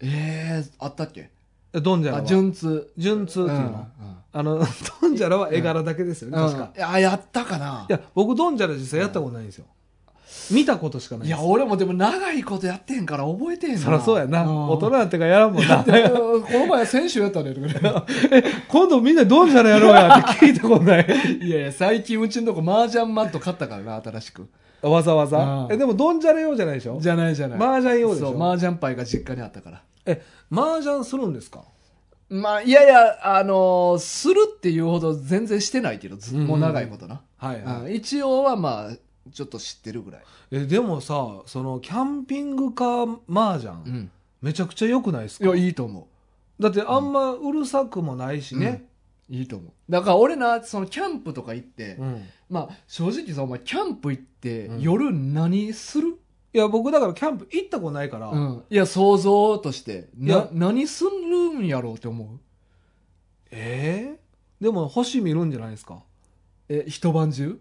えー、あったっけ
ドンジャラ
あ
は
純通
純通っていうの、
うん
あの ドンジャラは絵柄だけですよね、
うん
確か、
いややったかない
や僕ドンジャラ実際やったことないんですよ、見たことしかない
い
んで
や
す
俺もでも長いことやってへんから覚えてへんな
そりゃそうやな、
ん
大人やってからやらんもんな
で この前先週やったねとかね
今度みんなドンジャラやろうやって聞いたこと ない
いやいや最近うちのとこ麻雀マット買ったからな新しく
わざわ
う
ざ
ん
えでもドンジャラ用じゃないでしょ
じゃないじゃない
麻雀用でし
そう
ょ
麻雀パイが実家にあったから
え麻雀するんですか
まあいやいやあのーするっていうほど全然してないけどず
うんうん
もう長いことな、
はいはい、
うん一応はまあちょっと知ってるぐらい、
えでもさそのキャンピングカー麻雀、
うん
めちゃくちゃ良くないです
いや
か
いいと思
だってあんまうるさくもないし
う
ね、
うんいいと思うだから俺なそのキャンプとか行って、
うん
まあ正直さお前キャンプ行って
うん
夜何する、
いや僕だからキャンプ行ったことないから、
うんいや想像として
い
な
や
何するんやろうって思う
えーでも星見るんじゃないですか
え一晩中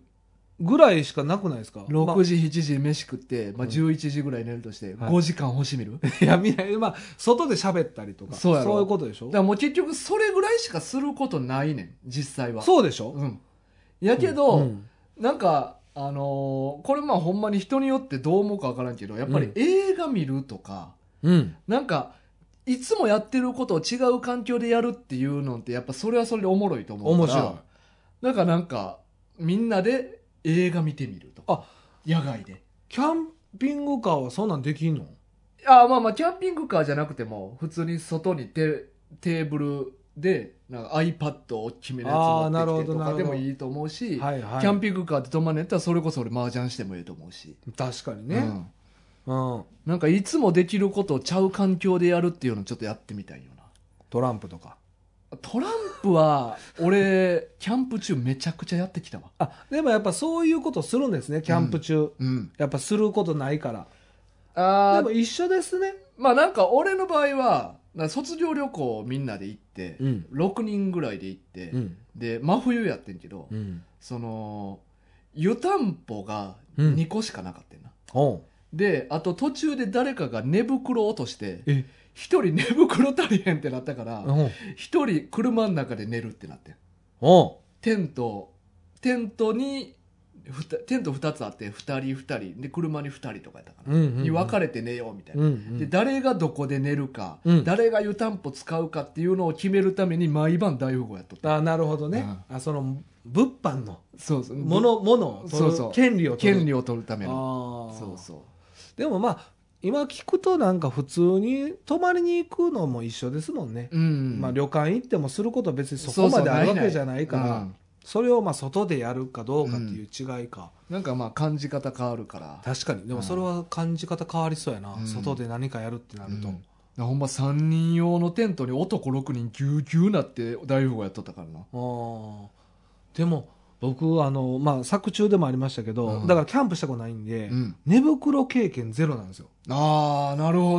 ぐらいしかなくないですか
6時7時飯食って、まあ、
うん
11時ぐらい寝るとして
はい
5時間星見る、
まあ、いや見ないまあ外で喋ったりとか
そうやろ
いうことでしょ
だからもう結局それぐらいしかすることないねん実際は
そうでしょ、
うん、やけど、
うん
なんかあのーこれまあほんまに人によってどう思うか分からんけどやっぱり
うん
映画見るとか、
うん
なんかいつもやってることを違う環境でやるっていうのってやっぱそれはそれでおもろいと思うから
面
だからなんかみんなで映画見てみるとか野外で
キャンピングカーはそんなんできんの
あまあまあキャンピングカーじゃなくても普通に外にテテーブルでなんか iPad を大きめのやつ
あーなる
持って
ほ
きて
ど
と
なる
か
ほ
で
ど
もいいと思うし、
はいは
キャンピングカーで泊まんのやったらそれこそ俺麻雀してもいいと思うし、
確かに
う
ね、
ん
うん
なんかいつもできることをちゃう環境でやるっていうのちょっとやってみたいよな
トランプとか
トランプは俺キャンプ中めちゃくちゃやってきたわ
あでもやっぱそういうことするんですねキャンプ中、
うん
やっぱすることないから
あ
でも一緒ですね
まあなんか俺の場合はなんか卒業旅行みんなで行って、
ん
6人ぐらいで行って、
うん
で真冬やってんけど、
うん
その湯たんぽが
うん
2個しかなかったよな、
おう
であと途中で誰かが寝袋落として
え
一人寝袋足りへんってなったから
おう
一人車の中で寝るってなってん
おう
テントテントにふたテント2つあって2人2人で車に2人とかやったかな、
うんうんうん
に分かれて寝ようみたいな、
うん
で誰がどこで寝るか、
うん
誰が湯たんぽ使うかっていうのを決めるために毎晩大富豪やっとっ
うん、
た
あなるほどね、あその物販の
そうそう
ものものを取
そ
る
うそう
権利を取る
権利を取るための
ああ
そうそう
でもまあ今聞くとなんか普通に泊まりに行くのも一緒ですもんね、
うん
まあ、旅館行ってもすることは別にそ
そ
こ
うそう
まである
な
わ
いな
け
い
じゃないからそ
うん
れをまあ外でやるかどうかっていう違いか、
なんかまあ感じ方変わるから
確かにでもそれは感じ方変わりそうやな、
うん
外で何かやるってなると、
うんほんま3人用のテントに男6人ぎゅうぎゅうなって大富豪やっとったからな
あーでも僕あの、まあ、作中でもありましたけど、
うん
だからキャンプしたことないんで、
うん
寝袋経験ゼロなんですよ、
ああなるほ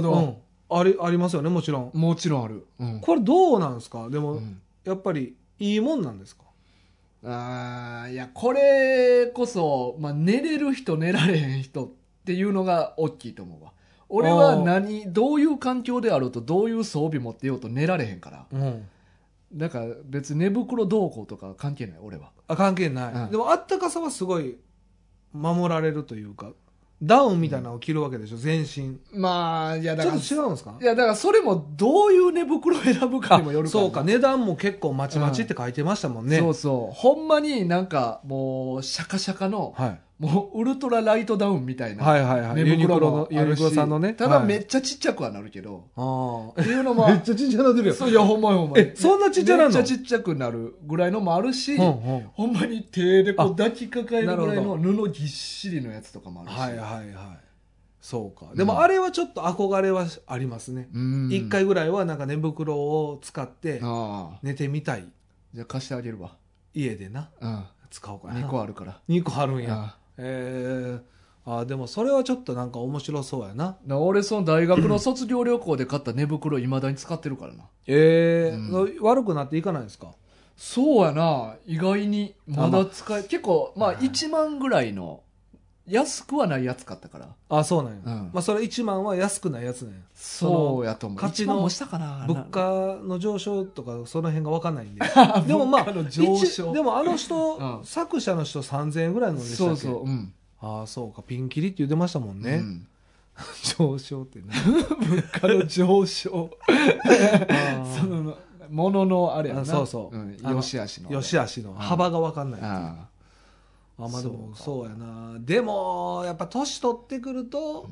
うん、ありありますよねもちろん
もちろんあるうん
これどうなんですかでも、
うん
やっぱりいいもんなんですか
あーいやこれこそ、まあ、寝れる人寝られへん人っていうのが大きいと思うわ俺は何どういう環境であろうとどういう装備持ってようと寝られへんから
うん
だから別に寝袋どうこうとか関係ない俺は
あ関係ない、
うん
でもあったかさはすごい守られるというかダウンみたいなのを着るわけでしょ全身ち
まあいや
ょっと違うんですか
いやだからそれもどういう寝袋を選ぶかにもよるから
そうか値段も結構まちまちって書いてましたもんね、
そうそうほんまになんかもうシャカシャカの
はい、
もうウルトラライトダウンみたいな
はいはいはい
寝
ユニク
袋
ロ
も
の
あるし
ユニクロさんのね
ただ
はい
めっちゃちっちゃくはなるけど、
あ
っていうの
あ
も
めっちゃちっちゃなってるよ
そういやほんまにほんまに
えそんなちっちゃなの
めっちゃちっちゃくなるぐらいのもあるし、
うんうん
ほんまに手でこう
あ
抱きかかえるぐらい
な
の
るほ
布ぎっしりのやつとかもあるし、
はいはいはいそうか
ん
でもあれはちょっと憧れはありますね
うん
一、回ぐらいはなんか寝袋を使って
ああ
寝てみたい
じゃあ貸してあげるわ、
家でな
うん、
使おうかな
2個あるから
2個あるん
うん
やえー、あーでもそれはちょっとなんか面白そうやな
な俺その大学の卒業旅行で買った寝袋いまだに使ってるからな
え
ー
悪くなっていかないですか
そうやな意外にま
あま
だ
あ
使え結構まあ
うん
1万ぐらいの安くはないやつ買ったから
あそうなんや、
うん
まあそれ1万は安くないやつなんや
そうやと思う
価値
一
の
番もしたかな
物価の上昇とかその辺が分かんな いんで
な
でもまあ
物価の上
一
昇
でもあの人、
うん
作者の人3000円ぐらいのでしたっ
そ
け
うそううん
ああそうかピンキリって言ってましたもん
う
ね、
ん
上昇ってね
物価の上 昇そのもののあれやな
あそうそうんあの
よしあしの
よしあしの幅が分かんないっていう
あ
あまあでも
そ
そううやなでもやっぱ年取ってくると、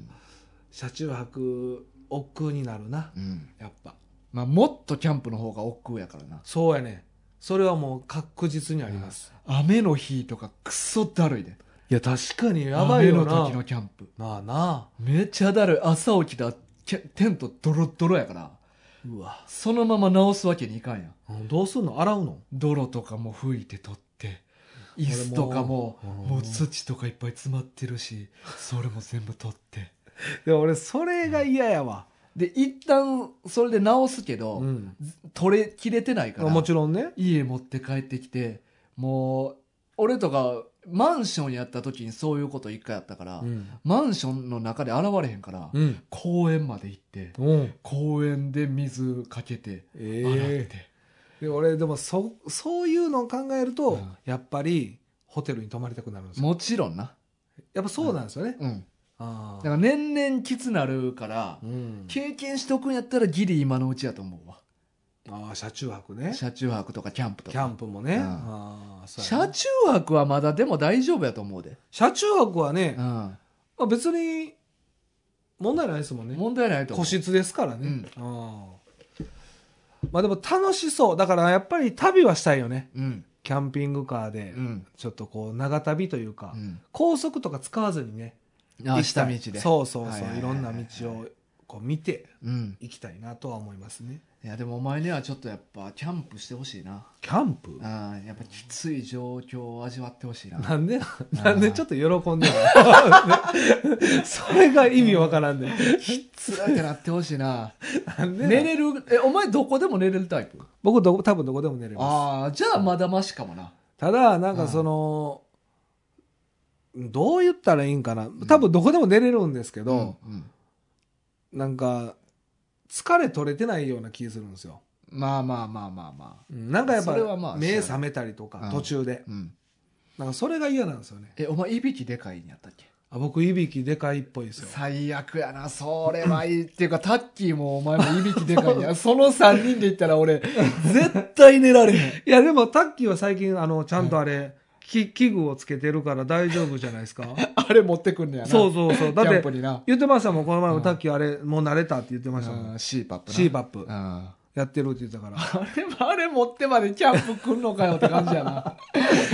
車中泊億劫になるな
あうん
やっぱ
まあもっとキャンプの方が億劫やからな
そうやねそれはもう確実にあります、
雨の日とかクソだるいで
いや確かにやばいよ
雨の
な
時のキャンプ
なあな
めちゃだるい朝起きたらけテントドロッドロやから
あうわ
そのまま直すわけにいかんやん
どうすんの洗うの
泥とかも拭いて取って椅子とかももう土とかいっぱい詰まってるしそれも全部取って
でも俺それが嫌やわ、
で一旦それで直すけど、
うん
取れきれてないから
もちろんね
家持って帰ってきてもう俺とかマンションやった時にそういうこと一回あったから、
うん、
マンションの中で現れへんから、
うん
公園まで行って公園で水かけて
え
洗って、
で俺でもそそういうのを考えると、
うん
やっぱりホテルに泊まりたくなるんですよ
もちろんな、
やっぱそうなんですよね、
うん、だ
ああ
から年々きつなるから、
うん、
経験しておくんやったらギリ今のうちやと思うわ
ああ車中泊ね
車中泊とかキャンプと
キャ
か
ンプもね、
うん
ああそう
車
やな
中泊はまだでも大丈夫やと思うで、
車中泊はね、
うん、
まあ、別に問題ないですもんね
問題ないと思
個
う
室ですからね、ああまあでも楽しそうだからやっぱり旅はしたいよね
うん
キャンピングカーで
うん
ちょっとこう長旅というか、
うん
高速とか使わずにね
あ
行きた
下
い
道でう、
そうそうそう、
はい
い
はいはい
ろんな道をこう見て
ん、
いきたいなとは思いますね
いやでもお前にはちょっとやっぱキャンプしてほしいな
キャンプ
あやっぱきつい状況を味わってほしいな
なんでなんでちょっと喜んでるの それが意味わからんね
きつーってなってほしい な
なんで
寝れるえお前どこでも寝れるタイプ
僕どこ多分どこでも寝れます
ああじゃあまだましかもな
ただなんかそのどう言ったらいいんかな多分どこでも寝れるんですけど、
うんうん
なんか疲れ取れてないような気するんですよ
まあまあまあまあまあ
うんなんかやっぱ
それはまあ
目覚めたりと
う
か
ん
途中で
うん
なんかそれが嫌なんですよね
えお前いびきでかいんやったっけ
あ僕いびきでかいっぽいですよ
最悪やなそれはい いっていうかタッキーもお前もいびきでかいんやその3人で言ったら俺絶対寝られ へん
いやでもタッキーは最近あのちゃんとあれき器具をつけてるから大丈夫じゃないで すか
あれ持ってくんねやな
そうそうそうだっ
キャン
て
プにな
言ってましたもんこの前もタッキーあれもう慣れたって言ってましたもん
CPAP な
CPAP
うん
やってるって言ってたから
あれもあれ持ってまでキャンプ来んのかよって感じやな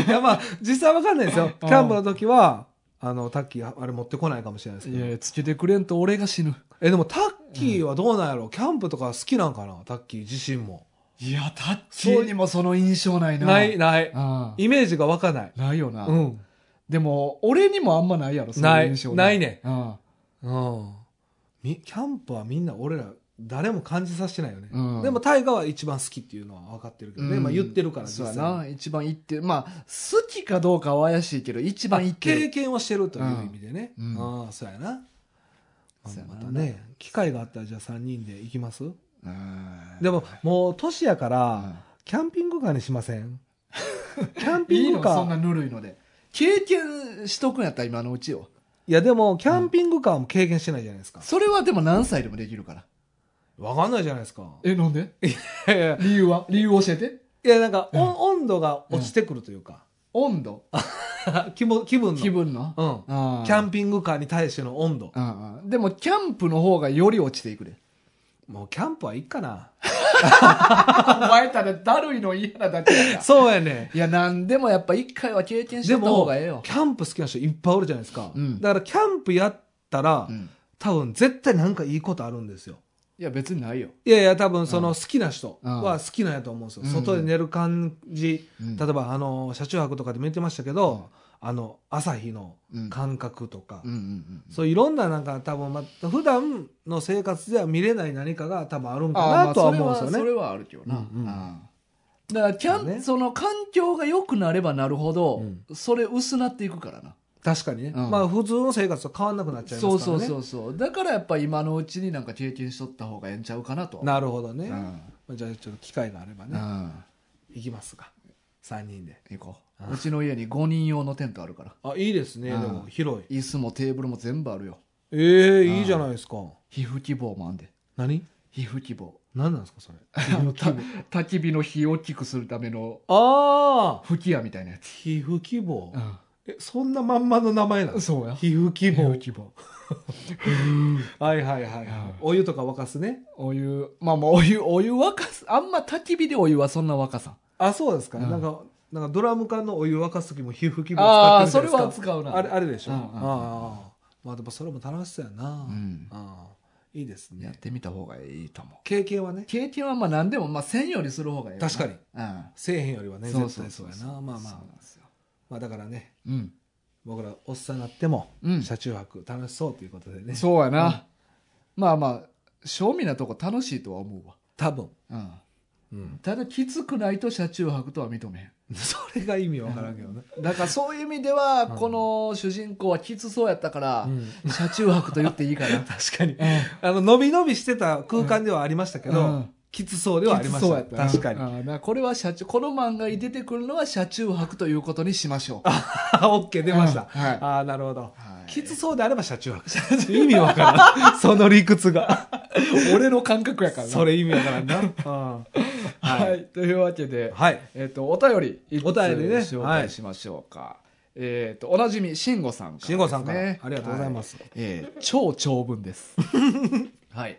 いやまあ実際わかんないですよキ
うん
ャンプの時はあのタッキーあれ持ってこないかもしれないですけ
い
ど
やつけてくれんと俺が死ぬ
えでもタッキーはどうなんやろキャンプとか好きなんかなタッキー自身も
いやタッキーにもその印象ないな
ないな
う
い
ん
イメージがわかない
ないよな、
うん
でも俺にもあんまないやろその印象が
ないないね
うん
うんみキャンプはみんな俺ら誰も感じさせてないよね
うん
でも大河は一番好きっていうのは分かってるけどね
うん
まあ言ってるから
そう
実
や
際
な一番言ってるまあ好きかどうかは怪しいけど一番言って
経
る
験をしてるという意味でね
うん
ああそうやな
そうやな
またね機会があったらじゃあ3人で行きます
うん
でももう年やから
う
キャンピングカーにしま せんキャン
んい
ピ
い
ング
の
カ
そんな
ー
いぬるいので経験しとくんやったら今のうちよ
やでもキャンピングカーも経験してないじゃないですか
それはでも何歳でもできるから
分かんないじゃないですか
えなんで
いやいや
理由は理由教えて
いやなんかお温度が落ちてくるというか
温度
気も気分
気
の
分の
うん
キ
キャンピングカーに対しての温度
うんうんでもキャンプの方がより落ちてい くで
もうキャンプはいいかな
お前ただだるいの嫌なだけやから
そうやね
いや何でもやっぱ一回は経験し
で
とった
も
方
キ
がええよ
ャンプ好きな人いっぱいおるじゃないですか
うん
だからキャンプやったら
うん
多分絶対なんかいいことあるんですよ
いや別にないよ
いやいや、多分その好きな人は好きなんやと思うんですよ。
うん
外で寝る感じ、
うん
例えばあの車中泊とかでも言ってましたけど、あの朝日の
うん
感覚とか、
うんうんうん
そういろんななんか多分まあ普段の生活では見れない何かが多分あるんか
あーま
な
あ
とは思うんです
そ
よ
れは
ね。
それはあるけどな、
うんうん
あーだからキャン、
そうね
その環境が良くなればなるほど、
うん
それ薄なっていくからな
確かにね、
うん
まあ普通の生活と変わんなくなっちゃいますから
そう
ね
そうそうそうだからやっぱ今のうちになんか経験しとった方がええんちゃうかなと
なるほどね、
うん
まあじゃあちょっと機会があれば
う
ね、
ん
行きますか3人で
行こ
あ
ううちの家に5人用のテントあるから
あいいですねで
うん
も広い
椅子もテーブルも全部あるよ
ええ
ああ
いいじゃないですか
皮膚希望もあんで
何
皮膚希望
何なんですか それ
た焚き火の火を大きくするための
ああ
吹き矢みたいなやつ、
皮膚希望えそんなまんまの名前なんですか
そうや
皮膚希
希望
望
希望
はいはいはいは
はい
いお湯とか沸かすね
お湯まあまあお湯お湯沸かすあんま焚き火でお湯はそんな沸かさん
あそうですか、
うん
なんかなんかドラム缶のお湯沸かす時も皮膚希望
あ
使
あ
って
そ
る
れ
じゃない
は
ですか
使うな
あれあれでしょ、
うん
あ
うんうん
あまあでもそれも楽しそうやな、
うん
ああいいです
やっ
ね
てみた方がいいと思う
経験はね
経験はまあ何でもまあせんよりする方がいいよな
確かに
うん
せえへんよりはね
そう
絶
そう
対
そ
そううや
そう
なまあま
そ
あ
うなんですよ
まあだからね
うん
僕らおっさんになっても、
うん
車中泊楽しそうということでね
そうやな、まあまあ正味なとこ楽しいとは思うわ、
多分、
うん、
うん、
ただきつくないと車中泊とは認めへん
それが意味わからんけどね、
だからそういう意味では、
うん
この主人公はきつそうやったから、
うん
車中泊と言っていいかな
確かに
うん
あの伸び伸びしてた空間ではありましたけど、
うん
きつそうではありま
きつ
し
そう
た
やったな
確かに
うんだらこれは車中この漫画に出てくるのは車中泊ということにしましょう
オッケー出ました、
うんはい
ああなるほど、
はい
きつそうであれば車中 泊意味わからん その理屈が
俺の感覚やからな
それ意味わからんな、うん
はい、
はい、
というわけで、
はい、
えっとお便り一
お便りね
紹介しましょうか、えっとおなじみ慎吾さんからです、ね、
慎吾さんからありがとうございます
はえー超長文です はい、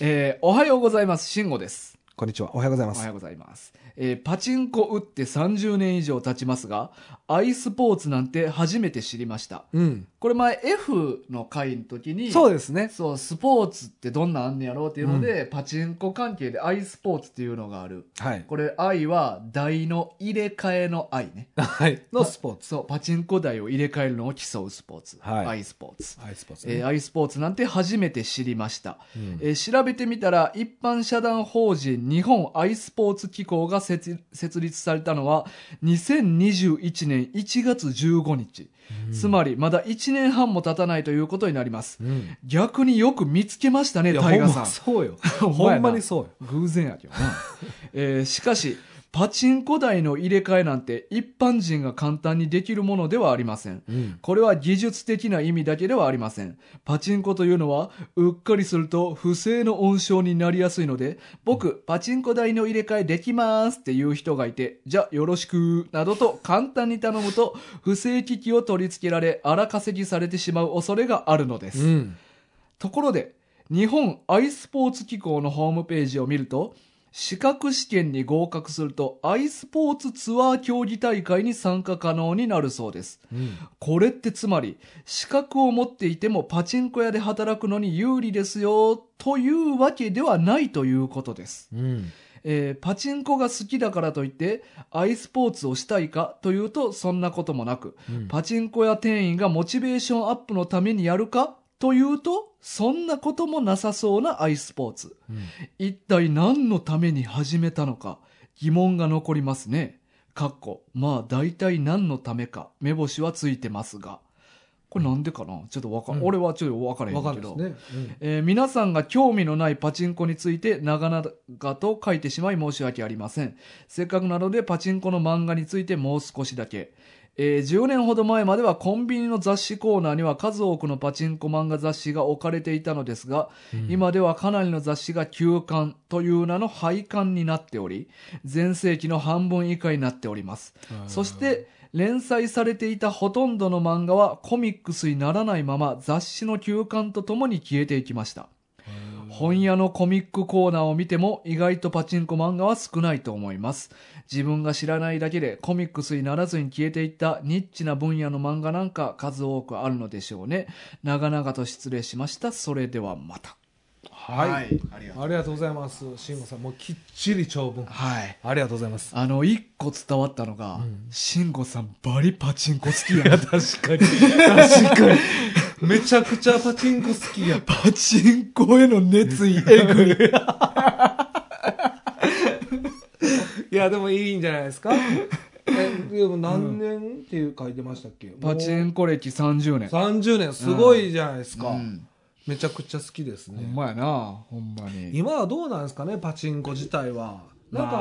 えーおはようございます慎吾です
こんにちはおはようございま
おは
す
ようございます、えーパチンコ打って30年以上経ちますが i スポーツなんて初めて知りました
うん
これ前 F の回の時に
そうですね
そうスポーツってどんなんあんねやろうっていうので、パチンコ関係で i スポーツっていうのがある
はい
これ愛は台の入れ替えの愛ね
はいのスポーツ
そうパチンコ台を入れ替えるのを競うスポーツ、
はい
愛スポーツ、
はいスポーツね
えー、愛スポーツなんて初めて知りました、
うん
えー調べてみたら一般社団法人日本アイスポーツ機構が設設立されたのは2021年1月15日、つまりまだ1年半も経たないということになります
うん
逆によく見つけましたね
いや
タイガ
ほん
さ
ま
ん
そうよ
ほんま
ほ
やなん
まにそうよ
偶然やけどな、 えーしかしパチンコ台の入れ替えなんて一般人が簡単にできるものではありません
うん
これは技術的な意味だけではありませんパチンコというのはうっかりすると不正の温床になりやすいので僕パチンコ台の入れ替えできますっていう人がいてじゃよろしくなどと簡単に頼むと不正機器を取り付けられ荒稼ぎされてしまう恐れがあるのです、
うん
ところで、日本アイスポーツ機構のホームページを見ると、資格試験に合格すると、アイスポーツツアー競技大会に参加可能になるそうです。
うん
これってつまり、資格を持っていてもパチンコ屋で働くのに有利ですよ、というわけではないということです。
うん
えーパチンコが好きだからといって、アイスポーツをしたいかというと、そんなこともなく、
うん
パチンコや店員がモチベーションアップのためにやるかというと、そんなこともなさそうなアイススポーツ。
うん
一体何のために始めたのか疑問が残りますね。かっこ、まあ大体何のためか目星はついてますが。これなんでかなちょっとわか、
うん
俺はちょっと分からへん
わか
け
る
ど。
んないですね
えー皆さんが興味のないパチンコについて長々と書いてしまい申し訳ありません。せっかくなのでパチンコの漫画についてもう少しだけ。えー10年ほど前まではコンビニの雑誌コーナーには数多くのパチンコ漫画雑誌が置かれていたのですが、
うん
今ではかなりの雑誌が休刊という名の廃刊になっており、全盛期の半分以下になっております。
うん
そして連載されていたほとんどの漫画はコミックスにならないまま雑誌の休刊とともに消えていきました。本屋のコミックコーナーを見ても意外とパチンコ漫画は少ないと思います。自分が知らないだけでコミックスにならずに消えていったニッチな分野の漫画なんか数多くあるのでしょうね。長々と失礼しました。それではまた。
はい
ありがとう。
ありがとうございます慎吾さんもうきっちり長文
はい。
ありがとうございます
あの、一個伝わったのが、
うん
慎吾さんバリパチンコ好き
い
や
や
な。
確かに確かにめちゃくちゃパチンコ好き や
パチンコへの熱 意、えぐい。
いやでもいいんじゃないですか えでも何年っていう書いてましたっけ、
パチンコ歴30年
30年すごいじゃないですか、
うん
めちゃくちゃ好きです
ほ
ね
んまやなほんまに
今はどうなんですかねパチンコ自体はなん
まあ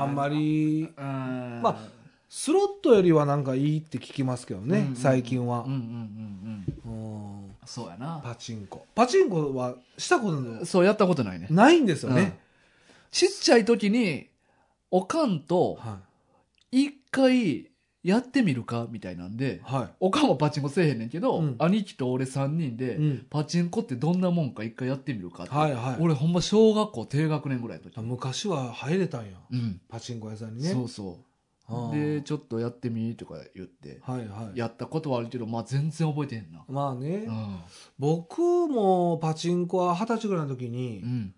かあんまりま
ま
あスロットよりはなんかいいって聞きますけどね、
うんうん
最近は
うん、うんうんうん
うん
そうやな
パチンコパチンコはしたこと
そうやったことないね
ないんですよね、
ちっちゃい時におかんと
は
一回やってみるかみたいなんで
いは
おかんはパチンコせえへんねんけど、
うん
兄貴と俺3人で、
い、うん
パチンコってどんなもんか一回やってみるかって、
はいはい
俺ほんま小学校低学年ぐらいの時、
昔は入れたんや
うん
パチンコ屋さんにね
そうそ
あ
う
ー
でちょっとやってみとか言って
はいはい
やったことはあるけど、まあ、全然覚えてへんな
まあね、
うん
僕もパチンコは二十歳ぐらいの時に
うん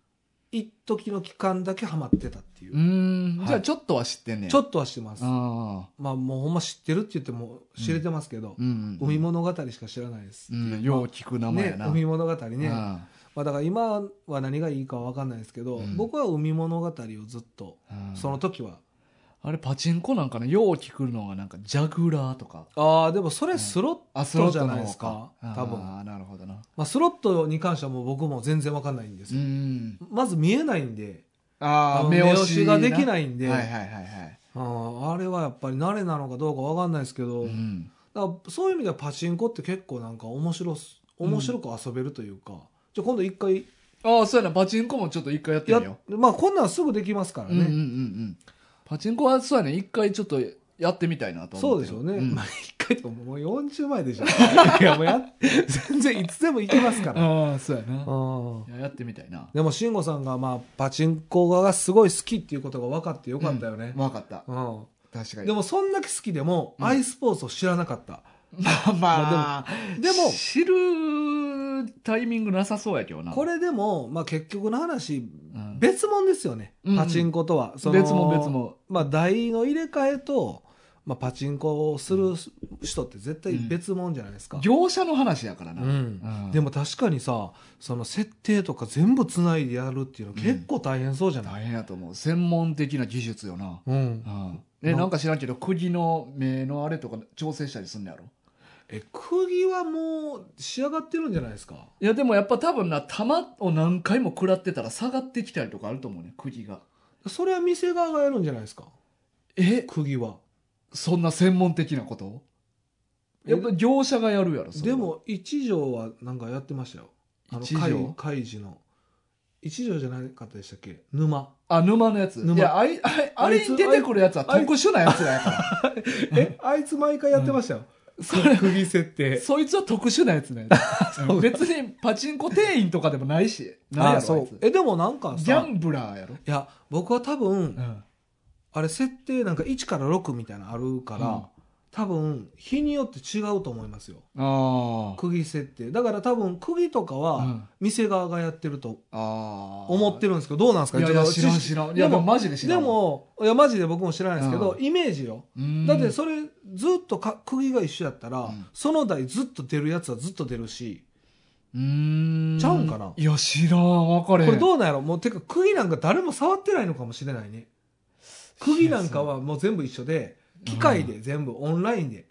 一時の期間だけハマってたっていうう、
ーん
はい
じゃあちょっとは知ってんねん
ちょっとはしてます、
ああ
まあもうほんま知ってるって言っても知れてますけど、
うん
海物語しか知らないです、
うんよう聞く名前や
ね
な、
海物語ね、
あ
まあ、だから今は何がいいかは分かんないですけど、
うん
僕は海物語をずっと
あうん
その時は、
あれパチンコなんかねよう聞くのがなんかジャグラーとか
ああでもそれスロット、
あス
そうじゃないですか多分
ああなるほどな
まあ、スロットに関してはもう僕も全然分かんないんです
う
よ、
ん
まず見えないんで
あ
あ
あ
の
目
目
押
押
し
しができ
い
ないんで、
はいはいはいはい、
あーあれはやっぱり慣れなのかどうか分かんないですけど、
うん
だからそういう意味ではパチンコって結構なんか面白す面白く遊べるというか、じゃあ今度一回
ああそうやなパチンコもちょっと一回やって
や
みよ
まあこんなんすぐできますから
う、うんうんうんう
ね、
んパチンコはそうやね一回ちょっとやってみたいなと
そ
思っ
う
て
で
る
しょうね、
ん
まあ一回とももう40前でしょ いやもうや全然いつでも行きますから、
ああそうやな
うん
いややってみたいな
でも慎吾さんがまあパチンコがすごい好きっていうことが分かってよかったよね、
分かった
うん
確かに
でもそんだけ好きでも、
うん
i スポーツを知らなかった
まあまあ、
でも
知るタイミングなさそうやけどな
これでも、まあ、結局の話
うん
別物ですよね、
うんうん
パチンコとはその
別も別も
まあ、台の入れ替えと、まあ、パチンコをする人って絶対別物じゃないですか、
業者の話やからな、
うん
うん
でも確かにさその設定とか全部つないでやるっていうの結構大変そうじゃない、
大変やと思う専門的な技術よな、
うん
うんえなんか知らんけど釘の目のあれとか調整したりすんのやろ
え釘はもう仕上がってるんじゃないですか
いやでもやっぱ多分な弾を何回も食らってたら下がってきたりとかあると思うね釘が
それは店側がやるんじゃないですか
え
釘は
そんな専門的なこと
え
やっぱ業者がやるやろそれ
で
は
も一条はなんかやってましたよあの
一条
開開示の一条じゃなかったでしたっけ沼
あ沼のやつ
沼
いやあいあいあれに出てくるやつは特殊なやつらやから
えあいつ毎回やってま したよ、
それ
釘設定
そいつは特殊なやつ ね
う
別にパチンコ店員とかでもないしないやろあいつ
えでもなんか
ギャ
さ
ンブラーやろ
いや僕は多分、
うん
あれ設定なんか1から6みたいなのあるから、
うん
多分日によって違うと思いますよ
あー
釘設定だから多分釘とか
う
は
ん
店側がやってると
あー
思ってるんですけど、どうなんですか
いやいや
一
知
応
らん知らんい
で
やで
も
もマジで知
で
らん
もいやマジで僕も知らないですけど、
う
イメージよ
うん
だってそれずっとか釘が一緒やったら、
うん
その台ずっと出るやつはずっと出るし
うーん
ちゃうんかない
や知らん分かれへん
これどうなんやろもうてか釘なんか誰も触ってないのかもしれないね釘なんかはもう全部一緒で機械で全部オンラインで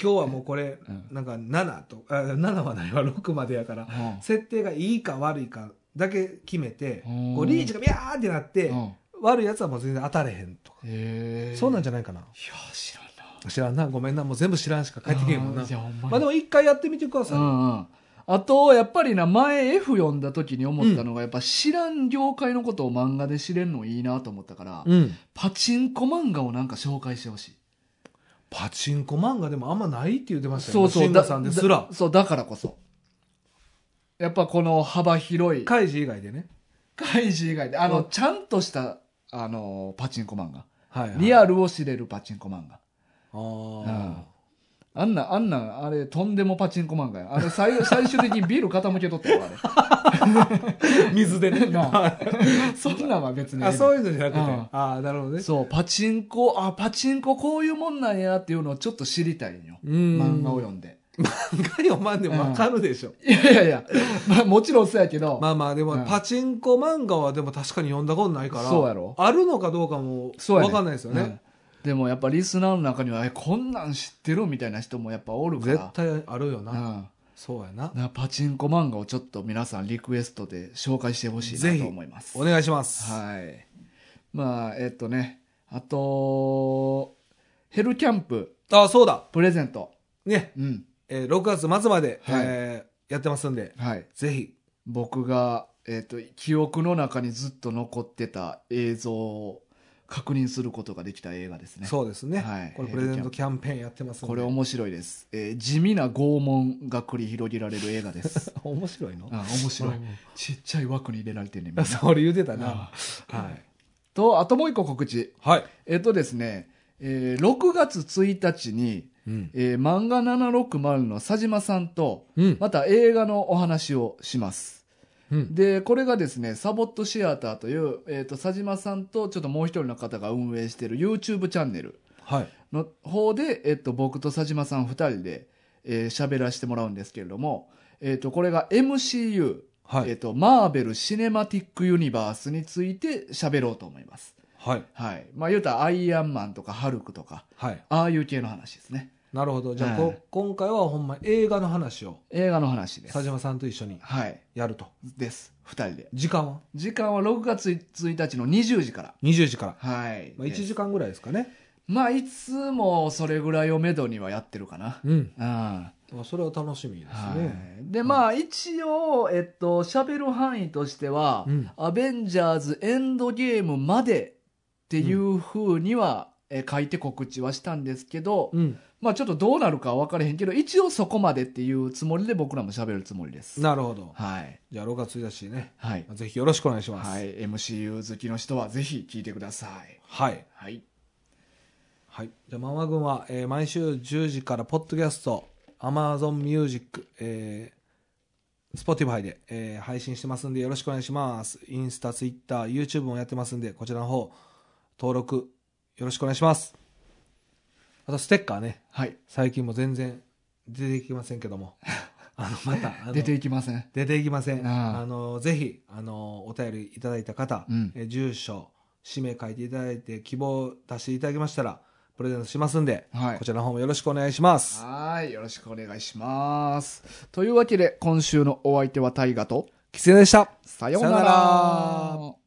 今日はもうこれ
うん
なんか7とあ7はないわ6ま でやから
うん
設定がいいか悪いかだけ決めて
うん
こうリーチがビャーってなって
うんへ
悪いやつはもう全然当たれへんとか
え
そうなん
じ
じゃないかない
や知らんな
知らんなごめんなもう全部知らんしか帰ってけへんもんな
あーいやほんまに
まあでも一回やってみてください、
うんうんあと、やっぱりな、前 F 読んだ時に思ったのが、やっぱ知らん業界のことを漫画で知れるのいいなと思ったから、
うん
パチンコ漫画をなんか紹介してほしい。
パチンコ漫画でもあんまないって言ってましたよ
そうそう、
慎吾さんですら
だそう、だからこそ。やっぱこの幅広い、
カイジ以外でね、
怪獣以外で、あの、
うん
ちゃんとした、あの、パチンコ漫画。
はい
リ
ル
アルを知れるパチンコ漫画。
あ
うんあんな、あんな、あれ、とんでもパチンコ漫画や。あれ、最 最終的にビール傾けとった よ、あれ。
ー水 でね
なそんなんは別に。
あそういうのじゃなくて、
うん
ああなるほどね
そう、パチンコ、あ、パチンコこういうもんなんやっていうのをちょっと知りたいんよ。漫
漫
画を
ん
読んで。
漫画読まんでもわかるでしょ、
いやいやいや、まあもちろんそうやけど、
まあまあで
う
も
ん
パチンコ漫画はでも確かに読んだことないから
そうやろ
あるのかどうかも
そうやね
わかんないですよね
うんでもやっぱリスナーの中には、え、こんなん知ってるみたいな人もやっぱおるから。
絶対あるよな、
うん。
そうや
だ
な
からパチンコ漫画をちょっと皆さんリクエストで紹介してほしい
ぜ
な
ひ
と思います。
お願いします、
はい。まあ、えっとね、あと、ヘルキャンプ
あそうだ
プレゼント。
ね、
うん。
えー6月末まで、
はい
えーやってますんで
はい。
ぜひ
僕が、えっと、記憶の中にずっと残ってた映像を確認することができた映画ですね。
そうですね、
はい
これプレゼントキャンペーンやってますんで
これ面白いです。えー地味な拷問が繰り広げられる映画 です。
面白いの
あ面白い
うん。
ちっちゃい枠に入れられてるね、みんな
それ言うてたな
あ
はい、
と、あともう一個告知。
はい
えっとですね、えー6月1日に、
うん
えー漫画760の佐島さんと、
うん
また映画のお話をします。
うん
で、これがですね、サボットシアターという、えっ、と、佐島さんと、ちょっともう一人の方が運営している YouTube チャンネル
はい
の方で、えっ、と、僕と佐島さん二人で、えー喋らせてもらうんですけれども、えっ、と、これが MCU、
はい、
えっ、と、マーベル・シネマティック・ユニバースについて喋ろうと思います。
はい
はい。まあ、言うたら、アイアンマンとか、ハルクとか、
はい
ああいう系の話ですね。
なるほどじゃあ、
は
こ
い
今回はほんま映画の話を
映画の話です
佐。島さんと一緒に
はい。
やると
です。二人で。
時間は
時間は6月1日の20時から。
20時から、
はい。
まあ、1
で
時間ぐらいですかね
まあ、いつもそれぐらいをめどにはやってるかな。
うん
うん。は
まあ、それは楽しみですね、
い。で、まあ、一応、えっと、喋る範囲としては、
うん
アベンジャーズエンドゲームまでっていう風には、え書いて告知はしたんですけど、
うん
まあちょっとどうなるかは分からへんけど、一応そこまでっていうつもりで僕らも喋るつもりです。
なるほど
はい。
じゃあ6月1日ね
はい。
ぜひよろしくお願いします
はい。MCU 好きの人はぜひ聞いてください。
はい、
はい。
はいじゃあマンマ軍は、えー毎週10時からポッドキャスト AmazonMusic、えー、Spotify で、えー配信してますんでよろしくお願いしますインスタツイッター YouTube もやってますんでこちらの方登録よろしくお願いしますあとステッカーね
はい。
最近も全然出てきませんけ どもあのまたあの
出ていきません。
出ていきません。
ああ
あのぜひあのお便りいただいた方、
うん
え住所、氏名書いていただいて希望を出していただきましたらプレゼントしますんで、
はい
こちらの方もよろしくお願いします。
はい。よろしくお願いします。というわけで、今週のお相手は大ガと、
キツネでした。
さような
さような
ら。